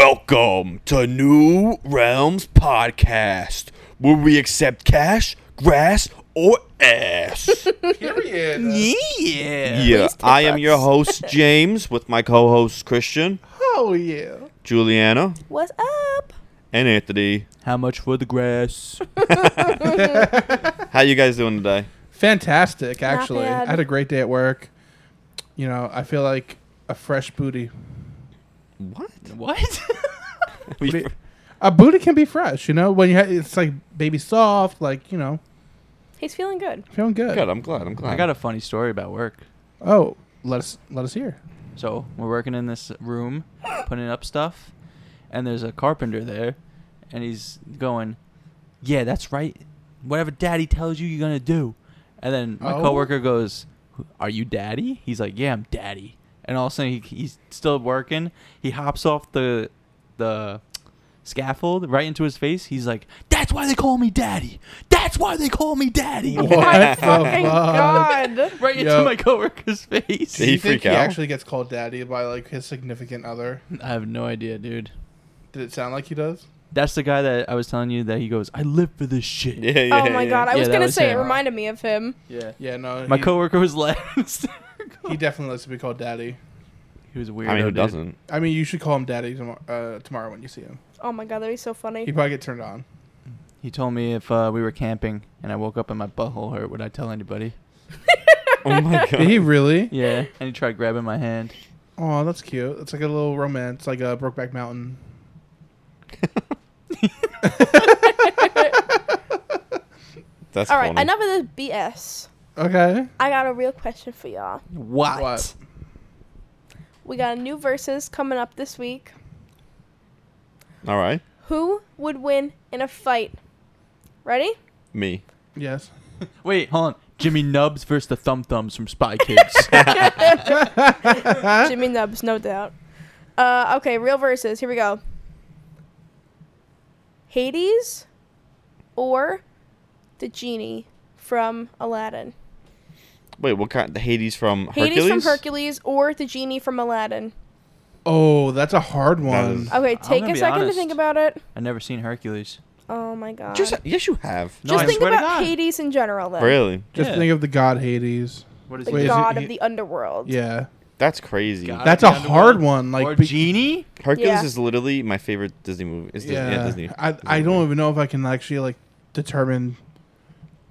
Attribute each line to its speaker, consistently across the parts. Speaker 1: Welcome to New Realms Podcast, where we accept cash, grass, or ass.
Speaker 2: Period.
Speaker 3: Yeah.
Speaker 1: yeah, I am your host, James, with my co hosts, Christian,
Speaker 2: Oh yeah.
Speaker 1: Juliana,
Speaker 3: What's up?
Speaker 1: and Anthony.
Speaker 3: How much for the grass?
Speaker 1: How you guys doing today?
Speaker 2: Fantastic, actually.
Speaker 3: bad.
Speaker 2: I had a great day at work. You know, I feel like a fresh booty.
Speaker 1: What?
Speaker 3: what?
Speaker 1: We,
Speaker 2: A booty can be fresh, you know. When you ha- it's like baby soft, like you know,
Speaker 4: He's feeling good.
Speaker 2: feeling good.
Speaker 1: good, I'm glad, I'm glad.
Speaker 3: I got a funny story about work.
Speaker 2: Oh, let us let us hear.
Speaker 3: So we're working in this room, putting up stuff, and there's a carpenter there, and he's going, "Yeah, that's right. Whatever daddy tells you, you're gonna do." And then my
Speaker 2: Oh.
Speaker 3: coworker goes, "Are you daddy?" He's like, "Yeah, I'm daddy." And all of a sudden, he, he's still working. He hops off the the scaffold right into his face. He's like, "That's why they call me daddy. That's why they call me daddy."
Speaker 2: What the
Speaker 4: Thank
Speaker 2: fuck?
Speaker 4: Oh God.
Speaker 3: Right into
Speaker 2: Yo.
Speaker 3: my coworker's face.
Speaker 1: Did
Speaker 2: Do
Speaker 1: he
Speaker 2: you think
Speaker 1: freak
Speaker 2: he
Speaker 1: out?
Speaker 2: actually gets called daddy by like his significant other?
Speaker 3: I have no idea, dude.
Speaker 2: Did it sound like he does?
Speaker 3: That's the guy that I was telling you that he goes, I live for this shit.
Speaker 1: Yeah, yeah,
Speaker 4: Oh my
Speaker 1: yeah.
Speaker 4: God. I
Speaker 3: Yeah,
Speaker 4: was
Speaker 3: that
Speaker 4: going to
Speaker 3: was
Speaker 4: say,
Speaker 3: him.
Speaker 4: it reminded me of him.
Speaker 3: Yeah.
Speaker 2: Yeah, no.
Speaker 3: My
Speaker 2: he,
Speaker 3: coworker was last.
Speaker 2: he definitely likes to be called daddy.
Speaker 3: he was weird.
Speaker 1: I mean, who doesn't?
Speaker 2: I mean, you should call him daddy tomorrow, uh, tomorrow when you see him.
Speaker 4: Oh my God. That'd be so
Speaker 2: He
Speaker 4: funny.
Speaker 2: probably get turned on.
Speaker 3: He told me if uh, we were camping and I woke up and my butthole hurt, would I tell anybody?
Speaker 1: Oh my
Speaker 2: Did he
Speaker 1: god.
Speaker 2: really?
Speaker 3: Yeah. And he tried grabbing my hand.
Speaker 2: Oh, that's cute. It's like a little romance, like a Brokeback Mountain.
Speaker 1: That's
Speaker 4: All right.
Speaker 1: funny.
Speaker 4: Enough of this BS.
Speaker 2: Okay.
Speaker 4: I got a real question for y'all.
Speaker 3: What?
Speaker 2: What?
Speaker 4: We got a new versus coming up this week.
Speaker 1: All right,
Speaker 4: Who would win in a fight? Ready?
Speaker 1: me.
Speaker 2: Yes.
Speaker 3: Wait, hold on. Jimmy Nubs versus the Thumb Thumbs from Spy Kids.
Speaker 4: Jimmy Nubs, no doubt. Uh, okay. Real versus. Here we go. Hades or the genie from Aladdin?
Speaker 1: Wait, what kind? The Hades from
Speaker 4: Hades
Speaker 1: Hercules?
Speaker 4: from Hercules or the genie from Aladdin?
Speaker 2: Oh, that's a hard one.
Speaker 3: Oh,
Speaker 1: is-
Speaker 4: Okay, take
Speaker 3: gonna
Speaker 4: a
Speaker 3: be
Speaker 4: second to
Speaker 3: honest.
Speaker 4: think about it.
Speaker 3: I've never seen Hercules.
Speaker 4: Oh my god.
Speaker 1: Just yes, you have.
Speaker 3: No,
Speaker 4: Just
Speaker 3: I
Speaker 4: think
Speaker 3: swear to
Speaker 4: about
Speaker 3: God.
Speaker 4: Hades in general, then.
Speaker 1: Really?
Speaker 2: Just
Speaker 3: Yeah.
Speaker 2: think of the god Hades.
Speaker 3: What is
Speaker 4: The
Speaker 3: he?
Speaker 2: Wait, is it-
Speaker 4: god
Speaker 2: he-
Speaker 4: of the underworld.
Speaker 2: Yeah.
Speaker 1: That's crazy.
Speaker 3: God
Speaker 2: That's
Speaker 3: of
Speaker 2: a
Speaker 3: the
Speaker 2: hard
Speaker 3: underworld?
Speaker 2: one. Like
Speaker 3: or
Speaker 2: be-
Speaker 3: Genie?
Speaker 1: Hercules
Speaker 4: Yeah.
Speaker 1: is literally my favorite Disney movie. It's Disney, yeah.
Speaker 2: yeah.
Speaker 1: Disney.
Speaker 2: I
Speaker 1: Disney
Speaker 2: I don't
Speaker 1: movie.
Speaker 2: even know if I can actually like determine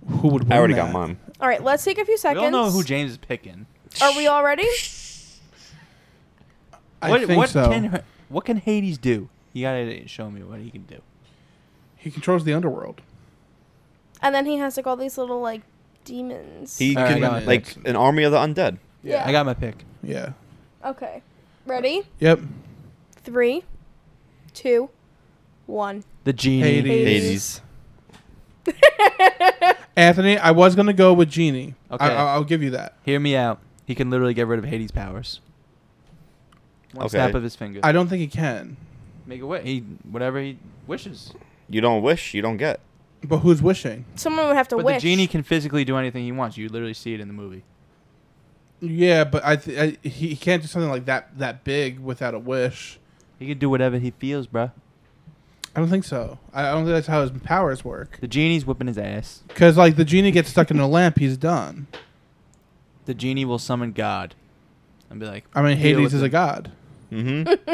Speaker 2: who would win.
Speaker 1: I already got
Speaker 2: that.
Speaker 1: mine.
Speaker 4: All right, let's take a few
Speaker 3: I
Speaker 4: seconds.
Speaker 3: don't know who James is picking.
Speaker 4: Are we all ready?
Speaker 2: I
Speaker 3: what
Speaker 2: think
Speaker 3: what
Speaker 2: so.
Speaker 3: can Her- what can Hades do? You gotta show me what he can do.
Speaker 2: he controls the underworld.
Speaker 4: And then he has like all these little like demons.
Speaker 1: He
Speaker 3: All right,
Speaker 1: can
Speaker 3: I got it.
Speaker 1: like an army of the undead.
Speaker 4: Yeah.
Speaker 3: I got my pick.
Speaker 2: Yeah.
Speaker 4: okay. Ready?
Speaker 2: Yep.
Speaker 4: Three, two, one.
Speaker 3: The genie.
Speaker 2: Hades.
Speaker 1: Hades.
Speaker 2: Anthony, I was gonna go with Genie.
Speaker 3: Okay.
Speaker 2: Okay. I, I- I'll give you that.
Speaker 3: Hear me out. He can literally get rid of Hades' powers. One
Speaker 1: Okay.
Speaker 3: snap of his finger.
Speaker 2: I don't think he can.
Speaker 3: Make a wish. He whatever he wishes.
Speaker 1: You don't wish, you don't get.
Speaker 2: But who's wishing?
Speaker 4: Someone would have to
Speaker 3: but
Speaker 4: wish.
Speaker 3: the genie can physically do anything he wants. You literally see it in the movie.
Speaker 2: Yeah, but I, th- I he he can't do something like that that big without a wish.
Speaker 3: He can do whatever he feels, bruh.
Speaker 2: I don't think so. I I don't think that's how his powers work.
Speaker 3: The genie's whipping his ass.
Speaker 2: Because like the genie gets stuck in a lamp, he's done.
Speaker 3: The genie will summon God, and be like,
Speaker 2: I mean,
Speaker 3: Deal
Speaker 2: Hades
Speaker 3: with
Speaker 2: is a
Speaker 3: it.
Speaker 2: god.
Speaker 1: Mm-hmm.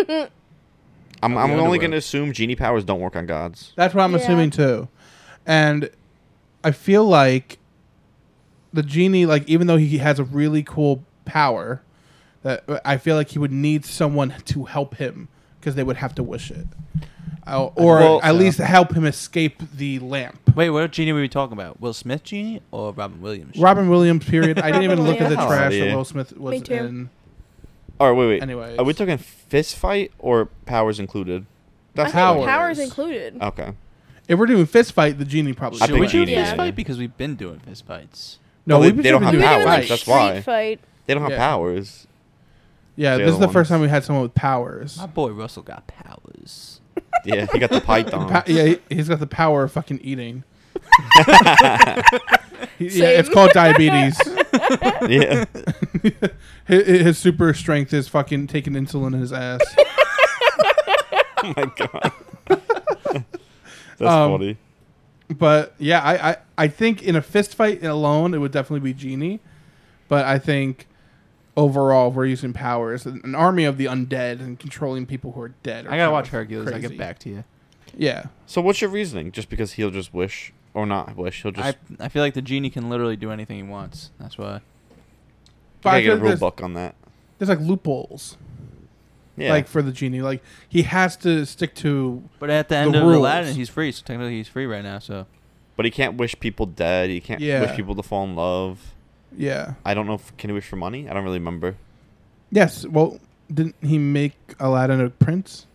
Speaker 1: I'm, I'm only
Speaker 3: underworld.
Speaker 1: going to assume genie powers don't work on gods.
Speaker 2: That's what I'm
Speaker 4: Yeah.
Speaker 2: assuming too. And I feel like the genie, like even though he has a really cool power, that I feel like he would need someone to help him because they would have to wish it, Uh, or
Speaker 1: Well-
Speaker 2: at least help him escape the lamp.
Speaker 3: "Wait, what genie were we talking about? Will Smith genie or Robin Williams?"
Speaker 2: Robin Williams. Period. I didn't even
Speaker 4: Robin
Speaker 2: look at the
Speaker 1: Williams.
Speaker 2: trash
Speaker 1: Oh, Yeah.
Speaker 2: that Will Smith was
Speaker 4: Me too.
Speaker 2: in.
Speaker 1: All right, wait, wait.
Speaker 2: Anyways.
Speaker 1: Are we talking fist fight or powers included?
Speaker 4: I
Speaker 1: That's
Speaker 4: think
Speaker 2: Powers.
Speaker 4: powers included.
Speaker 3: Uh,
Speaker 1: Okay.
Speaker 2: if we're doing fist fight, the genie probably.
Speaker 1: I
Speaker 3: Should
Speaker 2: should
Speaker 1: think
Speaker 3: we
Speaker 2: win.
Speaker 3: do a
Speaker 1: genie,
Speaker 3: fist
Speaker 1: yeah.
Speaker 3: fight because we've been doing fist fights?
Speaker 2: No,
Speaker 1: Well,
Speaker 2: we
Speaker 1: they-
Speaker 2: should
Speaker 1: they don't
Speaker 2: be
Speaker 1: have
Speaker 4: We
Speaker 2: doing
Speaker 1: powers,
Speaker 4: were doing like
Speaker 2: fights.
Speaker 1: that's
Speaker 4: street
Speaker 1: why.
Speaker 4: fight.
Speaker 1: They don't have
Speaker 2: Yeah.
Speaker 1: powers.
Speaker 2: Yeah,
Speaker 1: The
Speaker 2: this is
Speaker 1: other
Speaker 2: the first
Speaker 1: ones.
Speaker 2: time we had someone with powers.
Speaker 3: My boy Russell got powers.
Speaker 1: Yeah, he got the python.
Speaker 2: Pa- yeah, he, he's got the power of fucking eating. He- yeah, it's
Speaker 4: Same.
Speaker 2: called diabetes.
Speaker 1: yeah.
Speaker 2: his, his super strength is fucking taking insulin in his ass.
Speaker 5: oh my god. That's
Speaker 2: Um,
Speaker 5: funny.
Speaker 2: But yeah, I, I, I think in a fist fight alone, it would definitely be Genie. But I think overall, if we're using powers. An an army of the undead and controlling people who are dead. Are
Speaker 3: I gotta
Speaker 2: kind
Speaker 3: watch
Speaker 2: of
Speaker 3: Hercules. I
Speaker 2: crazy.
Speaker 3: get back to you.
Speaker 2: Yeah.
Speaker 5: So what's your reasoning? Just because he'll just wish or not wish, he'll just
Speaker 3: I I feel like the genie can literally do anything he wants. That's why.
Speaker 2: But
Speaker 5: I get
Speaker 2: I
Speaker 5: a
Speaker 2: feel like
Speaker 5: rule
Speaker 2: there's,
Speaker 5: book on that.
Speaker 2: there's like loopholes,
Speaker 5: Yeah.
Speaker 2: like for the Genie. Like he has to stick to.
Speaker 3: But at the end of
Speaker 2: rules.
Speaker 3: Aladdin, he's free. So technically, he's free right now. So
Speaker 5: but he can't wish people dead. He can't
Speaker 2: Yeah.
Speaker 5: wish people to fall in love.
Speaker 2: Yeah.
Speaker 5: I don't know if can he wish for money? I don't really remember.
Speaker 2: Yes. Well, didn't he make Aladdin a prince?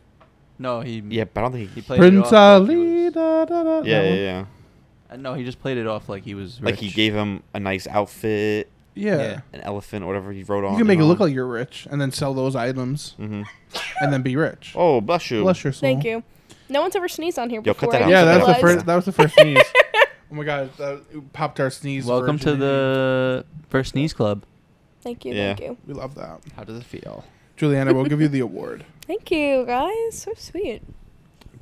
Speaker 3: no, he
Speaker 5: Yeah, but I don't think
Speaker 3: he
Speaker 5: he
Speaker 3: played it
Speaker 2: Prince
Speaker 3: off like he
Speaker 2: Ali.
Speaker 3: was-
Speaker 2: da, da,
Speaker 5: Yeah,
Speaker 2: da, that
Speaker 5: yeah,
Speaker 2: one.
Speaker 5: yeah.
Speaker 3: Uh, no, he just played it off like he was rich.
Speaker 5: Like he gave him a nice outfit,
Speaker 2: yeah.
Speaker 3: Yeah.
Speaker 5: an elephant, or whatever he wrote on.
Speaker 2: You can make it look like you're rich, and then sell those items,
Speaker 5: Mm-hmm.
Speaker 2: and then be rich.
Speaker 5: Oh, bless you.
Speaker 2: Bless your soul.
Speaker 4: Thank you. No one's ever sneezed on here
Speaker 5: Yo, cut
Speaker 4: before.
Speaker 5: that
Speaker 4: I
Speaker 5: out,
Speaker 2: Yeah,
Speaker 5: cut
Speaker 2: that's the
Speaker 5: out.
Speaker 4: realized.
Speaker 2: first. That was the first sneeze. oh my god, that popped our sneeze.
Speaker 3: Welcome to
Speaker 2: virginity.
Speaker 3: the first sneeze club.
Speaker 4: Thank you,
Speaker 5: Yeah.
Speaker 4: thank you.
Speaker 2: We love that,
Speaker 3: How does it feel?
Speaker 2: Juliana. We'll give you the award.
Speaker 4: Thank you, guys. So sweet.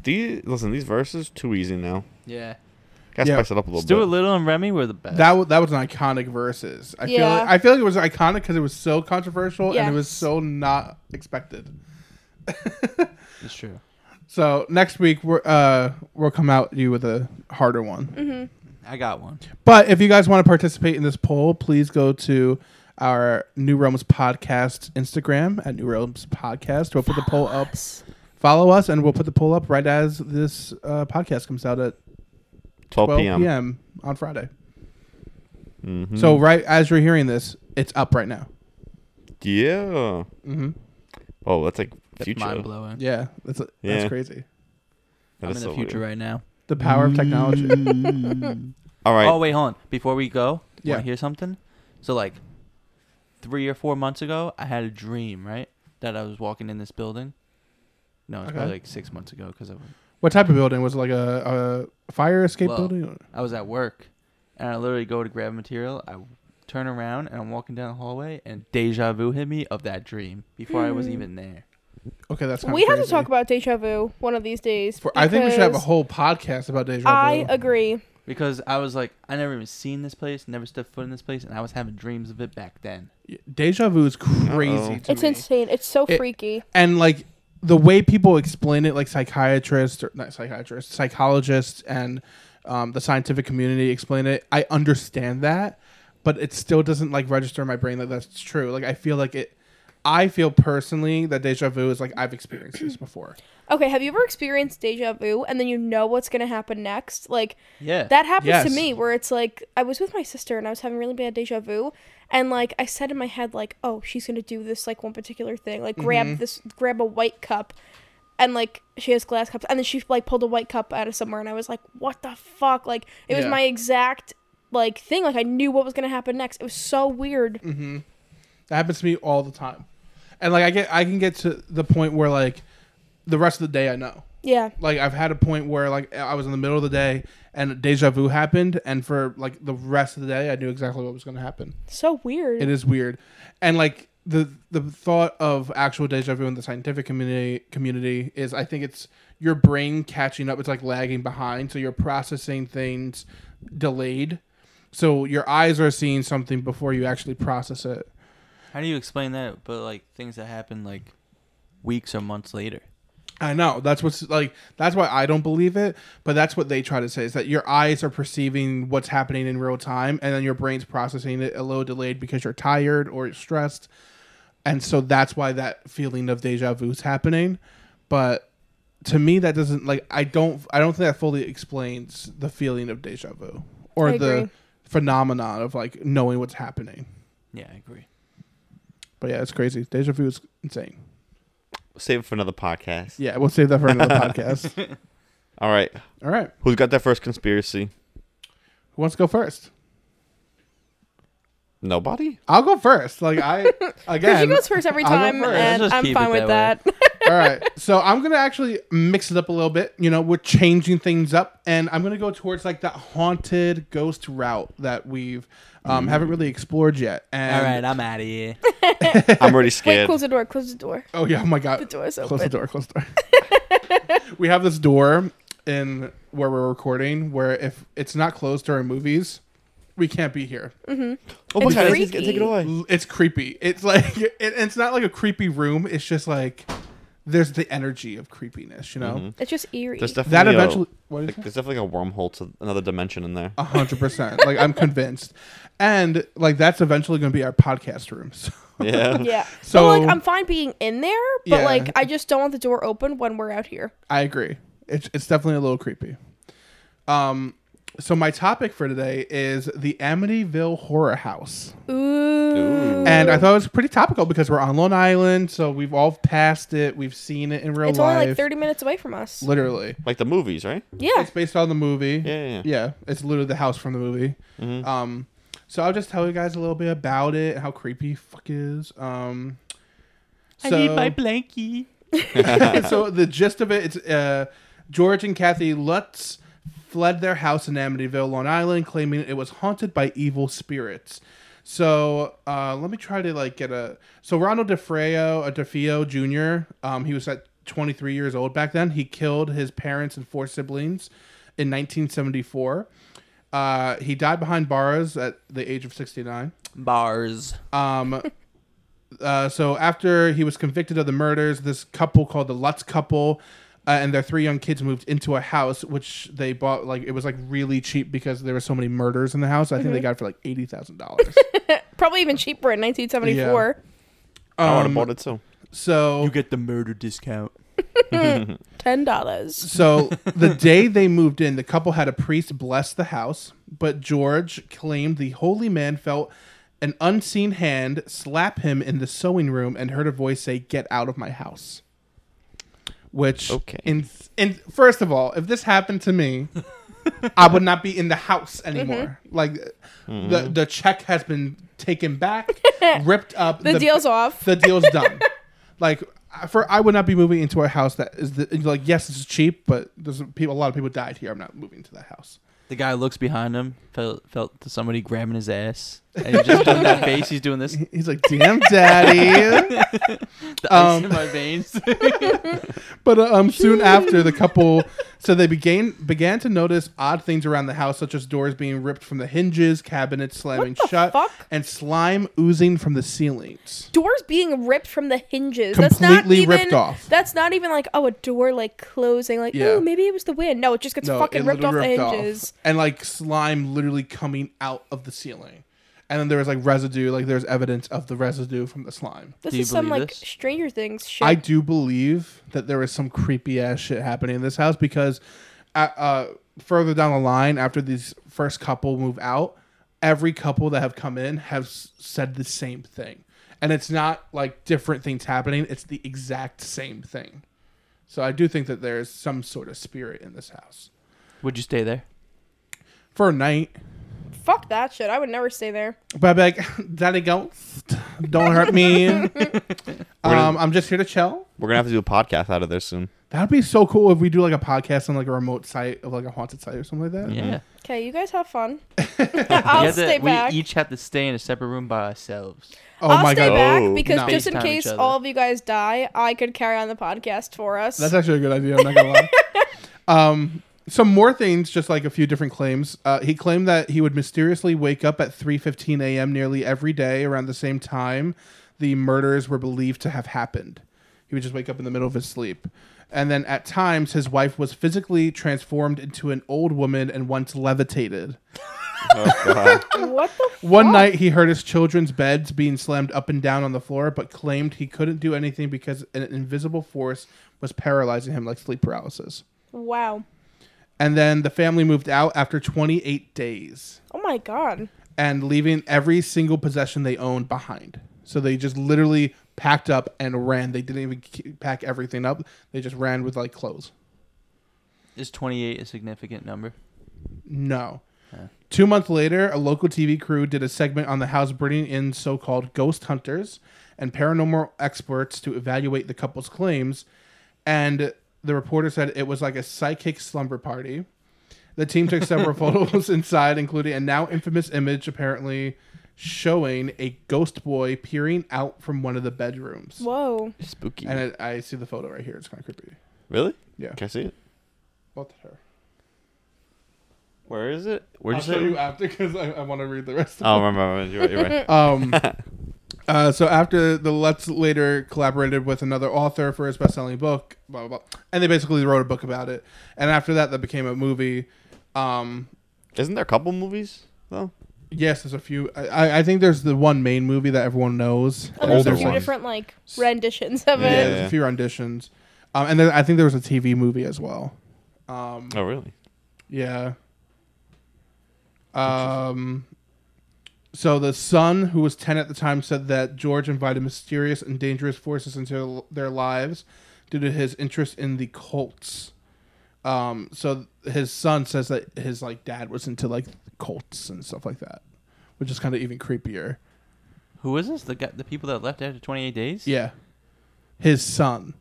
Speaker 5: These listen, these verses too easy now.
Speaker 3: Yeah.
Speaker 5: Gotta
Speaker 2: Yeah.
Speaker 5: spice it up a little
Speaker 3: Stuart
Speaker 5: bit.
Speaker 3: Little and Remy were the best.
Speaker 2: That wa- that was an iconic verses. I feel
Speaker 4: Yeah.
Speaker 2: like, I feel like it was iconic because it was so controversial and it was
Speaker 4: Yes.
Speaker 2: so not expected.
Speaker 3: is true.
Speaker 2: So next week we're uh we'll come out you with a harder one.
Speaker 4: Mm-hmm.
Speaker 3: I got one.
Speaker 2: But if you guys want to participate in this poll, please go to our New Realms Podcast Instagram at New Realms Podcast. We'll put the poll up. Follow us, and we'll put the poll up right as this uh, podcast comes out at
Speaker 5: 12
Speaker 2: 12
Speaker 5: p.m.
Speaker 2: p.m. on Friday.
Speaker 1: Mm-hmm.
Speaker 5: Mm-hmm.
Speaker 2: So right as you're hearing this, it's up right now.
Speaker 5: Yeah.
Speaker 2: hmm
Speaker 5: Oh, that's like
Speaker 3: That's
Speaker 5: future.
Speaker 3: mind blowing.
Speaker 2: Yeah, that's that's
Speaker 5: Yeah.
Speaker 2: crazy.
Speaker 5: That
Speaker 3: I'm
Speaker 5: is
Speaker 3: in the
Speaker 5: so
Speaker 3: future
Speaker 5: weird.
Speaker 3: right now.
Speaker 2: The power of technology.
Speaker 5: All right.
Speaker 3: Oh wait, hold on. Before we go, you
Speaker 2: Yeah.
Speaker 3: want to hear something? So like, three or four months ago, I had a dream, right, that I was walking in this building. No, it's
Speaker 2: Okay.
Speaker 3: probably like six months ago because I was
Speaker 2: what type of building was it? Like a, a fire escape
Speaker 3: Well,
Speaker 2: building?
Speaker 3: I was at work, and I literally go to grab material. I turn around and I'm walking down the hallway, and deja vu hit me of that dream before I was even there.
Speaker 2: Okay, that's kind
Speaker 4: We have to talk about deja vu one of these days.
Speaker 2: I think we should have a
Speaker 4: because
Speaker 2: whole podcast about deja vu.
Speaker 4: I agree.
Speaker 3: Because I was like, I never even seen this place, never stepped foot in this place, and I was having dreams of it back then.
Speaker 2: Deja vu is
Speaker 5: Uh-oh.
Speaker 2: crazy. To
Speaker 4: It's
Speaker 2: me.
Speaker 4: insane. It's so
Speaker 2: It-
Speaker 4: freaky.
Speaker 2: and like the way people explain it, like psychiatrists, or not psychiatrists, psychologists, and um, the scientific community explain it. I understand that, but it still doesn't like register in my brain that that's true. Like I feel like it. I feel personally that deja vu is like I've experienced this before.
Speaker 4: Okay, have you ever experienced deja vu and then you know what's gonna happen next? Like
Speaker 3: Yeah.
Speaker 4: Uh, that happens to
Speaker 2: Yes.
Speaker 4: me where it's like I was with my sister and I was having really bad deja vu and like I said in my head like, Oh, she's gonna do this like one particular thing, like
Speaker 2: Mm-hmm.
Speaker 4: grab this grab a white cup and like she has glass cups and then she like pulled a white cup out of somewhere and I was like, What the fuck? Like it was
Speaker 2: Yeah.
Speaker 4: my exact like thing, like I knew what was gonna happen next. It was so weird.
Speaker 2: Mm-hmm. That happens to me all the time, and like I get, I can get to the point where like the rest of the day I know.
Speaker 4: Yeah.
Speaker 2: like I've had a point where like I was in the middle of the day and deja vu happened, and for like the rest of the day, I knew exactly what was going to happen.
Speaker 4: So weird.
Speaker 2: It is weird, and like the the thought of actual deja vu in the scientific community community is I think it's your brain catching up. It's like lagging behind, so you're processing things delayed. So your eyes are seeing something before you actually process it.
Speaker 3: How do you explain that? But like things that happen like weeks or months later.
Speaker 2: I know that's what's like. That's why I don't believe it, but that's what they try to say is that your eyes are perceiving what's happening in real time, and then your brain's processing it a little delayed because you're tired or you're stressed, and so that's why that feeling of deja vu is happening. But to me, that doesn't like I don't I don't think that fully explains the feeling of deja vu or
Speaker 4: I
Speaker 2: the
Speaker 4: agree.
Speaker 2: phenomenon of like knowing what's happening.
Speaker 3: Yeah, I agree.
Speaker 2: But yeah, it's crazy. Deja vu is insane.
Speaker 5: Save it for another podcast.
Speaker 2: Yeah, we'll save that for another podcast.
Speaker 5: All right.
Speaker 2: All right,
Speaker 5: Who's got that first conspiracy?
Speaker 2: who wants to go first?
Speaker 5: Nobody?
Speaker 2: I'll go first. Like I again.
Speaker 4: she goes first every
Speaker 2: I'll go
Speaker 4: time,
Speaker 2: first.
Speaker 4: and
Speaker 3: Let's just
Speaker 4: I'm
Speaker 3: keep it
Speaker 4: fine with
Speaker 3: that
Speaker 4: that.
Speaker 2: All right. So I'm gonna actually mix it up a little bit. You know, we're changing things up, and I'm gonna go towards like that haunted ghost route that we've um, haven't really explored yet. And
Speaker 3: All right, I'm out of here.
Speaker 5: I'm already
Speaker 4: Wait,
Speaker 5: scared.
Speaker 4: close the door. Close the door.
Speaker 2: Oh yeah. Oh my god.
Speaker 4: The door's
Speaker 2: Close the
Speaker 4: open.
Speaker 2: door. Close the door. we have this door in where we're recording where if it's not closed during movies, we can't be here.
Speaker 5: Oh my
Speaker 4: It's
Speaker 5: god, it's- it's-
Speaker 4: freaky.
Speaker 5: take it away.
Speaker 2: L- It's creepy. It's like it, it's not like a creepy room. It's just like there's the energy of creepiness, you know.
Speaker 4: It's just eerie.
Speaker 5: There's definitely
Speaker 2: That
Speaker 5: a-
Speaker 2: eventually what is
Speaker 5: like,
Speaker 2: that?
Speaker 5: there's definitely like a wormhole to another dimension in there.
Speaker 2: A hundred percent. Like I'm convinced, and like that's eventually going to be our podcast room. So,
Speaker 5: Yeah.
Speaker 4: yeah. So
Speaker 2: So-
Speaker 4: like I'm fine being in there, but
Speaker 2: Yeah.
Speaker 4: like I just don't want the door open when we're out here.
Speaker 2: I agree. It's it's definitely a little creepy. Um, so my topic for today is the Amityville Horror House,
Speaker 4: Ooh.
Speaker 2: and I thought it was pretty topical because we're on Long Island, so we've all passed it, we've seen it in real
Speaker 4: it's
Speaker 2: life.
Speaker 4: only like 30 minutes away from us.
Speaker 2: Literally,
Speaker 5: Like the movies, right?
Speaker 4: yeah.
Speaker 2: it's based on the movie.
Speaker 5: Yeah, yeah, yeah.
Speaker 2: it's literally the house from the movie. Um, so I'll just tell you guys a little bit about it, how creepy fuck is. Um, so,
Speaker 3: I need my blankie.
Speaker 2: so the gist of it, it's uh, George and Kathy Lutz fled their house in Amityville, Long Island, claiming it was haunted by evil spirits. So uh, let me try to like get a. So Ronald DeFeo, uh, DeFeo Jr. Um, he was at 23 years old back then. He killed his parents and four siblings in 1974. Uh, he died behind bars at the age of 69.
Speaker 3: Bars.
Speaker 2: Um, uh, so after he was convicted of the murders, this couple called the Lutz couple uh, and their three young kids moved into a house which they bought like it was like really cheap because there were so many murders in the house. I think they got it for like eighty thousand dollars.
Speaker 4: Probably even cheaper in 1974.
Speaker 5: I would have bought it too.
Speaker 2: Um, So
Speaker 3: You get the murder discount.
Speaker 4: $10.
Speaker 2: so the day they moved in, the couple had a priest bless the house, but George claimed the holy man felt an unseen hand slap him in the sewing room and heard a voice say, "Get out of my house." Which,
Speaker 5: Okay.
Speaker 2: in, in first of all, if this happened to me, I would not be in the house anymore. Like the the check has been taken back, ripped up.
Speaker 4: The, deal's off.
Speaker 2: the deal's done. like I- for I would not be moving into a house that is the, like yes, this is cheap, but there's people, a lot of people died here. I'm not moving to that house.
Speaker 3: The guy looks behind him, felt felt somebody grabbing his ass, and he just doing that face. He's doing this.
Speaker 2: He's like, damn, daddy.
Speaker 3: The ice
Speaker 2: Um,
Speaker 3: in my veins.
Speaker 2: but uh, um, soon after the couple, so they began began to notice odd things around the house, such as doors being ripped from the hinges, cabinets slamming
Speaker 4: the
Speaker 2: shut,
Speaker 4: fuck?
Speaker 2: and slime oozing from the ceilings.
Speaker 4: Doors being ripped from the hinges. That's not
Speaker 2: Completely
Speaker 4: even,
Speaker 2: ripped off.
Speaker 4: That's not even like, oh, a door like closing. Like,
Speaker 2: Yeah.
Speaker 4: oh, maybe it was the wind. No, it just gets fucking
Speaker 2: it
Speaker 4: ripped off the
Speaker 2: literally
Speaker 4: hinges.
Speaker 2: and like slime literally coming out of the ceiling. And then there was like residue, like there's evidence of the residue from the slime.
Speaker 4: This
Speaker 3: Do you
Speaker 4: is some
Speaker 3: believe
Speaker 4: like
Speaker 3: this?
Speaker 4: Stranger Things shit.
Speaker 2: I do believe that there was some creepy ass shit happening in this house because uh, uh, further down the line, after these first couple move out, every couple that have come in have s- said the same thing. And it's not like different things happening, it's the exact same thing. So I do think that there's some sort of spirit in this house.
Speaker 3: Would you stay there?
Speaker 2: For a night,
Speaker 4: Fuck that shit. I would never stay there.
Speaker 2: but I'd be like, Daddy Ghost, don't hurt me. um, I'm just here to chill.
Speaker 5: We're gonna have to do a podcast out of there soon.
Speaker 2: That'd be so cool if we do like a podcast on like a remote site of like a haunted site or something like that.
Speaker 3: Yeah.
Speaker 4: Okay, you guys have fun. I'll
Speaker 3: We had to-
Speaker 4: stay back.
Speaker 3: We each have to stay in a separate room by ourselves.
Speaker 2: Oh
Speaker 4: I'll
Speaker 2: my
Speaker 4: stay
Speaker 2: god,
Speaker 4: back
Speaker 5: Oh.
Speaker 4: because
Speaker 2: No.
Speaker 4: just in
Speaker 3: FaceTime
Speaker 4: case
Speaker 3: each other.
Speaker 4: all of you guys die, I could carry on the podcast for us.
Speaker 2: that's actually a good idea. I'm not gonna lie. um, some more things, just like a few different claims. Uh, he claimed that he would mysteriously wake up at 3:15 a.m. nearly every day around the same time the murders were believed to have happened. He would just wake up in the middle of his sleep. And then at times, his wife was physically transformed into an old woman and once levitated.
Speaker 5: Oh god.
Speaker 4: what the f-
Speaker 2: One night, he heard his children's beds being slammed up and down on the floor, but claimed he couldn't do anything because an invisible force was paralyzing him like sleep paralysis.
Speaker 4: wow.
Speaker 2: And then the family moved out after 28 days
Speaker 4: Oh my god.
Speaker 2: and leaving every single possession they owned behind. So they just literally packed up and ran. They didn't even k- pack everything up, they just ran with like clothes.
Speaker 3: Is 28 a significant number?
Speaker 2: No. Two months later, a local TV crew did a segment on the house, bringing in so called ghost hunters and paranormal experts to evaluate the couple's claims. And the reporter said it was like a psychic slumber party. The team took several photos inside, including a now infamous image apparently showing a ghost boy peering out from one of the bedrooms.
Speaker 4: Whoa.
Speaker 5: Spooky.
Speaker 2: And it, I see the photo right here. It's kind of creepy.
Speaker 5: Really?
Speaker 2: Yeah.
Speaker 5: Can I see it?
Speaker 2: Both her.
Speaker 5: Where is it? Where'd
Speaker 2: I'll
Speaker 5: you
Speaker 2: show
Speaker 5: say?
Speaker 2: you after because I, I want to read the rest. of
Speaker 5: Oh, remember? You're right. You're right.
Speaker 2: um, uh, so after the Let's later collaborated with another author for his best-selling book, blah blah blah, and they basically wrote a book about it. And after that, that became a movie. Um,
Speaker 5: Isn't there a couple movies though?
Speaker 2: yes, there's a few. I- I, I think there's the one main movie that everyone knows.
Speaker 4: Oh,
Speaker 2: and
Speaker 4: there's
Speaker 2: then
Speaker 4: a
Speaker 5: Older
Speaker 4: few
Speaker 5: one.
Speaker 4: different like renditions of
Speaker 2: Yeah,
Speaker 4: it.
Speaker 2: there's
Speaker 5: Yeah.
Speaker 2: a few renditions. Um, and then I think there was a TV movie as well. Um,
Speaker 5: Oh, really?
Speaker 2: Yeah. Um. So the son, who was ten at the time, said that George invited mysterious and dangerous forces into their lives due to his interest in the cults. Um. So his son says that his like dad was into like cults and stuff like that, which is kind of even creepier.
Speaker 3: Who is this? The guy, the people that left after 28 days?
Speaker 2: Yeah. His son,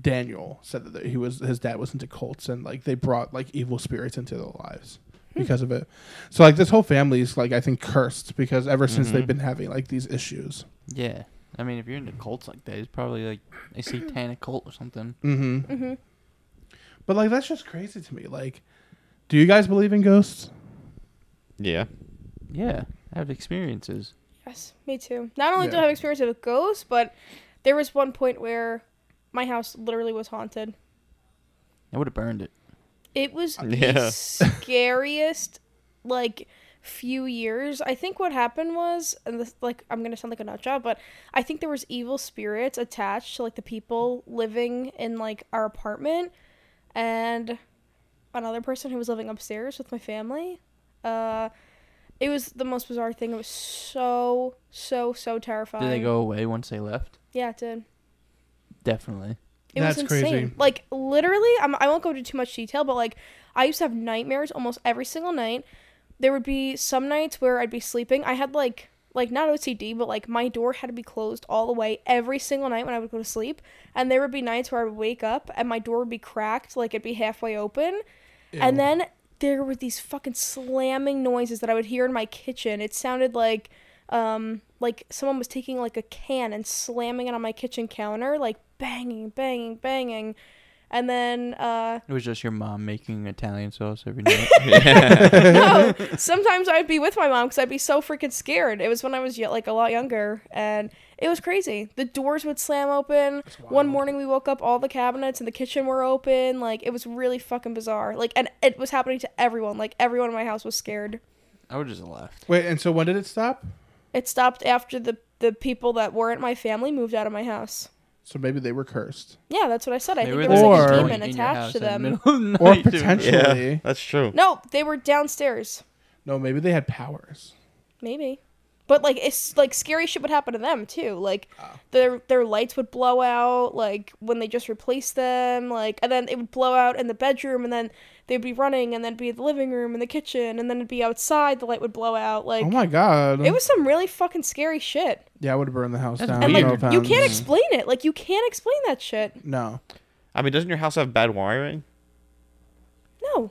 Speaker 2: Daniel, said that he was his dad was into cults and like they brought like evil spirits into their lives
Speaker 4: Hmm.
Speaker 2: because of it. So like this whole family is like I think cursed because ever since they've been having like these issues.
Speaker 3: Yeah. I mean, if you're into cults like that, it's probably like a satanic cult or something.
Speaker 2: Mm-hmm. But like that's just crazy to me. Like, do you guys believe in ghosts?
Speaker 5: Yeah.
Speaker 3: Yeah. I have experiences.
Speaker 4: Yes, me too. Not only do
Speaker 2: Yeah.
Speaker 4: I have experience with ghosts, but there was one point where my house literally was haunted.
Speaker 3: I would have burned it.
Speaker 4: It was
Speaker 5: Yeah.
Speaker 4: the scariest, like, few years. I think what happened was, and this, like, I'm gonna sound like a nut job, but I think there was evil spirits attached to like the people living in like our apartment, and another person who was living upstairs with my family. Uh, it was the most bizarre thing. It was so, so, so terrifying.
Speaker 3: Did they go away once they left?
Speaker 4: Yeah, it did.
Speaker 3: Definitely.
Speaker 4: It
Speaker 2: That's
Speaker 4: was insane.
Speaker 2: crazy.
Speaker 4: Like literally, I'm, I won't go into too much detail, but like I used to have nightmares almost every single night. There would be some nights where I'd be sleeping. I had like like not OCD, but like my door had to be closed all the way every single night when I would go to sleep. And there would be nights where I would wake up and my door would be cracked, like it'd be halfway open. And then there were these fucking slamming noises that I would hear in my kitchen. It sounded like um like someone was taking like a can and slamming it on my kitchen counter, like banging, banging, banging. And then uh
Speaker 3: It was just your mom making Italian sauce every night.
Speaker 4: no, sometimes I'd be with my mom cuz I'd be so freaking scared. It was when I was yet like a lot younger and it was crazy. The doors would slam open. One morning we woke up all the cabinets in the kitchen were open. Like it was really fucking bizarre. Like and it was happening to everyone. Like everyone in my house was scared.
Speaker 3: I would have just left.
Speaker 2: Wait, and so when did it stop?
Speaker 4: It stopped after the the people that weren't my family moved out of my house.
Speaker 2: So maybe they were cursed,
Speaker 4: Yeah, in your house in the middle of the night, dude. Yeah, that's what I said. I
Speaker 3: They
Speaker 2: there was, like,
Speaker 4: think there was
Speaker 2: a
Speaker 4: a
Speaker 2: Or-
Speaker 4: demon attached to them.
Speaker 2: or potentially
Speaker 5: Yeah. That's true.
Speaker 4: No, they were downstairs.
Speaker 2: no, maybe they had powers.
Speaker 4: Maybe. But like it's like scary shit would happen to them too. Like their their lights would blow out like when they just replaced them, like and then it would blow out in the bedroom and then they'd be running and then it'd be the living room and the kitchen and then it'd be outside the light would blow out like
Speaker 2: Oh my god!
Speaker 4: it was some really fucking scary shit.
Speaker 2: yeah, I would have burned the house
Speaker 3: That's
Speaker 2: down.
Speaker 4: And
Speaker 3: weird.
Speaker 2: no
Speaker 4: like you can't
Speaker 2: offense.
Speaker 4: explain it. Like you can't explain that shit.
Speaker 2: No,
Speaker 5: I mean, doesn't your house have bad wiring?
Speaker 4: No.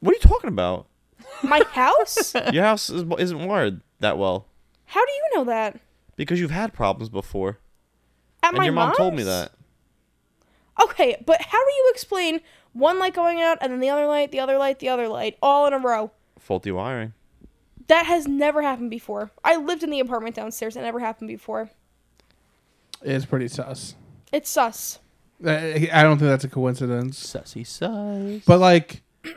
Speaker 5: What are you talking about?
Speaker 4: My house?
Speaker 5: Your house is, isn't wired that well
Speaker 4: How do you know that?
Speaker 5: because you've had problems before,
Speaker 4: At
Speaker 5: and
Speaker 4: my
Speaker 5: your mom told me
Speaker 4: mom's?
Speaker 5: that.
Speaker 4: Okay, but how do you explain one light going out and then the other light, the other light, the other light, all in a row?
Speaker 5: Faulty wiring.
Speaker 4: That has never happened before. I lived in the apartment downstairs. It never happened before.
Speaker 2: it's pretty sus.
Speaker 4: It's sus.
Speaker 2: Uh, I I don't think that's a coincidence.
Speaker 3: Sussy sus.
Speaker 2: But like, I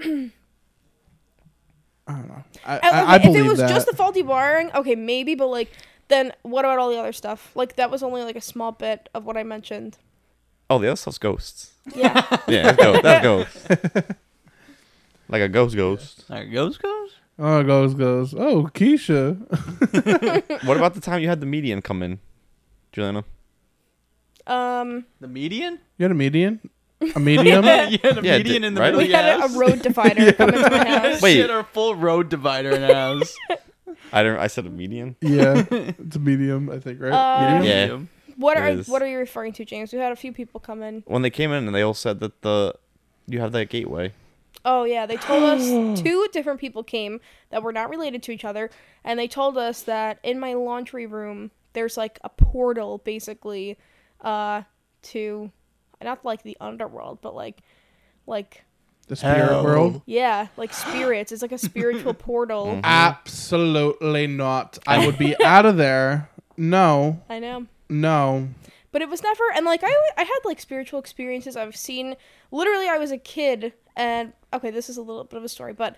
Speaker 2: don't know. I,
Speaker 4: And,
Speaker 2: I,
Speaker 4: okay,
Speaker 2: I
Speaker 4: if
Speaker 2: believe
Speaker 4: it was
Speaker 2: that.
Speaker 4: just the faulty wiring, okay, maybe, but like, then what about all the other stuff? Like, that was only like a small bit of what I mentioned.
Speaker 5: Oh, the other stuff's ghosts.
Speaker 4: Yeah.
Speaker 5: Yeah, that's ghost. That's ghost. like a ghost ghost.
Speaker 3: All right, ghost goes?
Speaker 2: oh, goes goes. Oh, Keisha.
Speaker 5: What about the time you had the median come in, Juliana?
Speaker 4: um,
Speaker 3: The median?
Speaker 2: You had a median, a medium.
Speaker 3: yeah, the
Speaker 5: Yeah,
Speaker 3: median
Speaker 5: did-
Speaker 3: in the
Speaker 5: right?
Speaker 3: middle
Speaker 4: we
Speaker 3: of the
Speaker 4: had a, a
Speaker 3: house.
Speaker 4: road divider come into my house.
Speaker 5: Wait.
Speaker 3: Shit, our full road divider in the house.
Speaker 5: I don't. I said a median.
Speaker 2: yeah, it's a medium. I think right.
Speaker 4: Uh,
Speaker 2: Medium?
Speaker 5: Yeah.
Speaker 3: Medium.
Speaker 4: What are
Speaker 5: It is.
Speaker 4: what are you referring to, James? We had a few people come in.
Speaker 5: When they came in, and they all said that the you have that gateway.
Speaker 4: Oh yeah, they told us two different people came that were not related to each other, and they told us that in my laundry room there's like a portal basically, uh, to not like the underworld, but like like
Speaker 2: The spirit
Speaker 5: Hell.
Speaker 2: world.
Speaker 4: yeah, like spirits. It's like a spiritual portal.
Speaker 2: Uh, Absolutely not. I would be out of there. No,
Speaker 4: I know.
Speaker 2: no.
Speaker 4: but it was never and like I, I had like spiritual experiences i've seen literally i was a kid and okay this is a little bit of a story but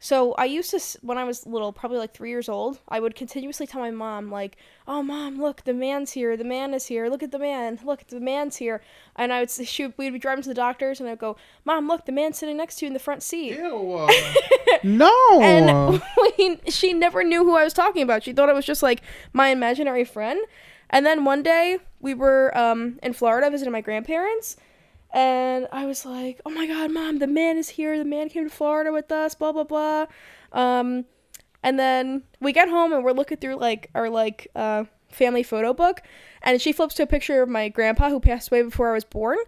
Speaker 4: so i used to s- when i was little probably like three years old i would continuously tell my mom like oh mom look the man's here the man is here look at the man look the man's here and i would s- she would we'd be driving to the doctors and i'd go mom look the man's sitting next to you in the front seat
Speaker 2: Ew.
Speaker 4: and
Speaker 2: no.
Speaker 4: we, she never knew who I was talking about. She thought it was just like my imaginary friend. And then one day we were um, in Florida visiting my grandparents, and I was like, "Oh my God, mom, the man is here. The man came to Florida with us. Blah blah blah." Um, and then we get home and we're looking through like our like uh, family photo book, and she flips to a picture of my grandpa who passed away before I was born.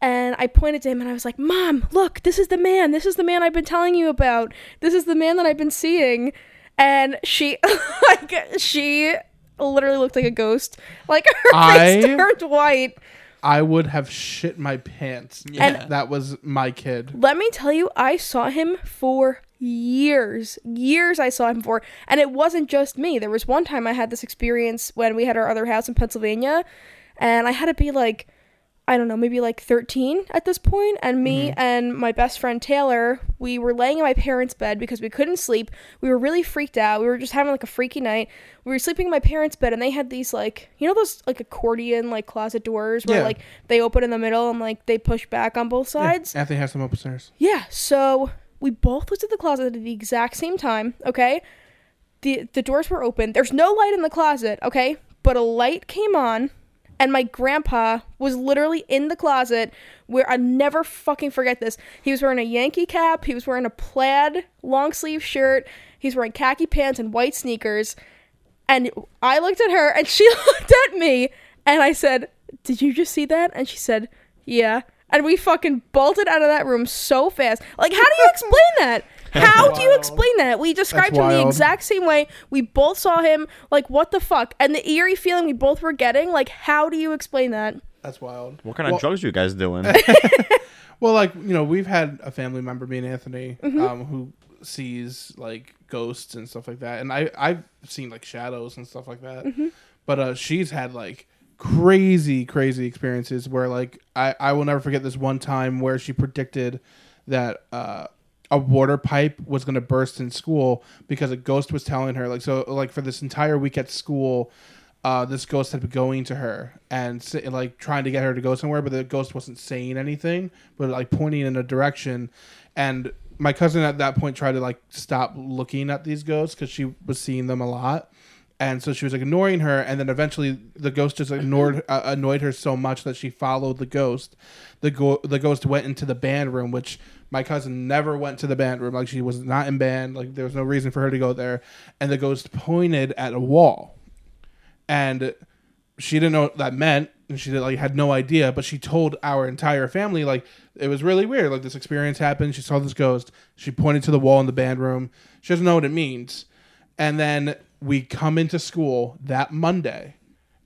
Speaker 4: And I pointed to him and I was like, Mom, look, this is the man. This is the man I've been telling you about. This is the man that I've been seeing. And she, like, she literally looked like a ghost. Like, her face
Speaker 2: I-
Speaker 4: turned white.
Speaker 2: I would have shit my pants.
Speaker 3: Yeah.
Speaker 2: if that was my kid.
Speaker 4: Let me tell you, I saw him for years. Years I saw him for. And it wasn't just me. There was one time I had this experience when we had our other house in Pennsylvania. And I had to be like, I don't know, maybe like 13 at this point, And me and my best friend Taylor, we were laying in my parents' bed because we couldn't sleep. We were really freaked out. We were just having like a freaky night. We were sleeping in my parents' bed and they had these like, you know, those like accordion like closet doors where
Speaker 2: Yeah.
Speaker 4: like they open in the middle and like they push back on both sides?
Speaker 2: Anthony has some upstairs.
Speaker 4: Yeah, so we both looked at the closet at the exact same time, okay? The the doors were open. There's no light in the closet, okay? But a light came on and my grandpa was literally in the closet where I never fucking forget this. He was wearing a Yankee cap, he was wearing a plaid long sleeve shirt, he's wearing khaki pants and white sneakers. And I looked at her and she looked at me and I said, Did you just see that? And she said, Yeah. And we fucking bolted out of that room so fast. Like, how do you explain that? How do you explain that? We described him the
Speaker 2: wild.
Speaker 4: exact same way. We both saw him. Like, what the fuck? And the eerie feeling we both were getting, like, how do you explain that?
Speaker 2: That's wild.
Speaker 1: What kind
Speaker 2: Well-
Speaker 1: of drugs you guys doing?
Speaker 2: Well, like you know, we've had a family member, me and Anthony, um, who sees like ghosts and stuff like that, and I I've seen like shadows and stuff like that. But uh, she's had like crazy, crazy experiences where like I I will never forget this one time where she predicted that uh a water pipe was going to burst in school because a ghost was telling her like so like for this entire week at school uh, this ghost had been going to her and s- like trying to get her to go somewhere but the ghost wasn't saying anything but like pointing in a direction and my cousin at that point tried to like stop looking at these ghosts because she was seeing them a lot and so she was ignoring her and then eventually the ghost just ignored uh, annoyed her so much that she followed the ghost the go- the ghost went into the band room which my cousin never went to the band room like she was not in band like there was no reason for her to go there and the ghost pointed at a wall and she didn't know what that meant and she did, like had no idea but she told our entire family like it was really weird like this experience happened she saw this ghost she pointed to the wall in the band room she doesn't know what it means and then we come into school that monday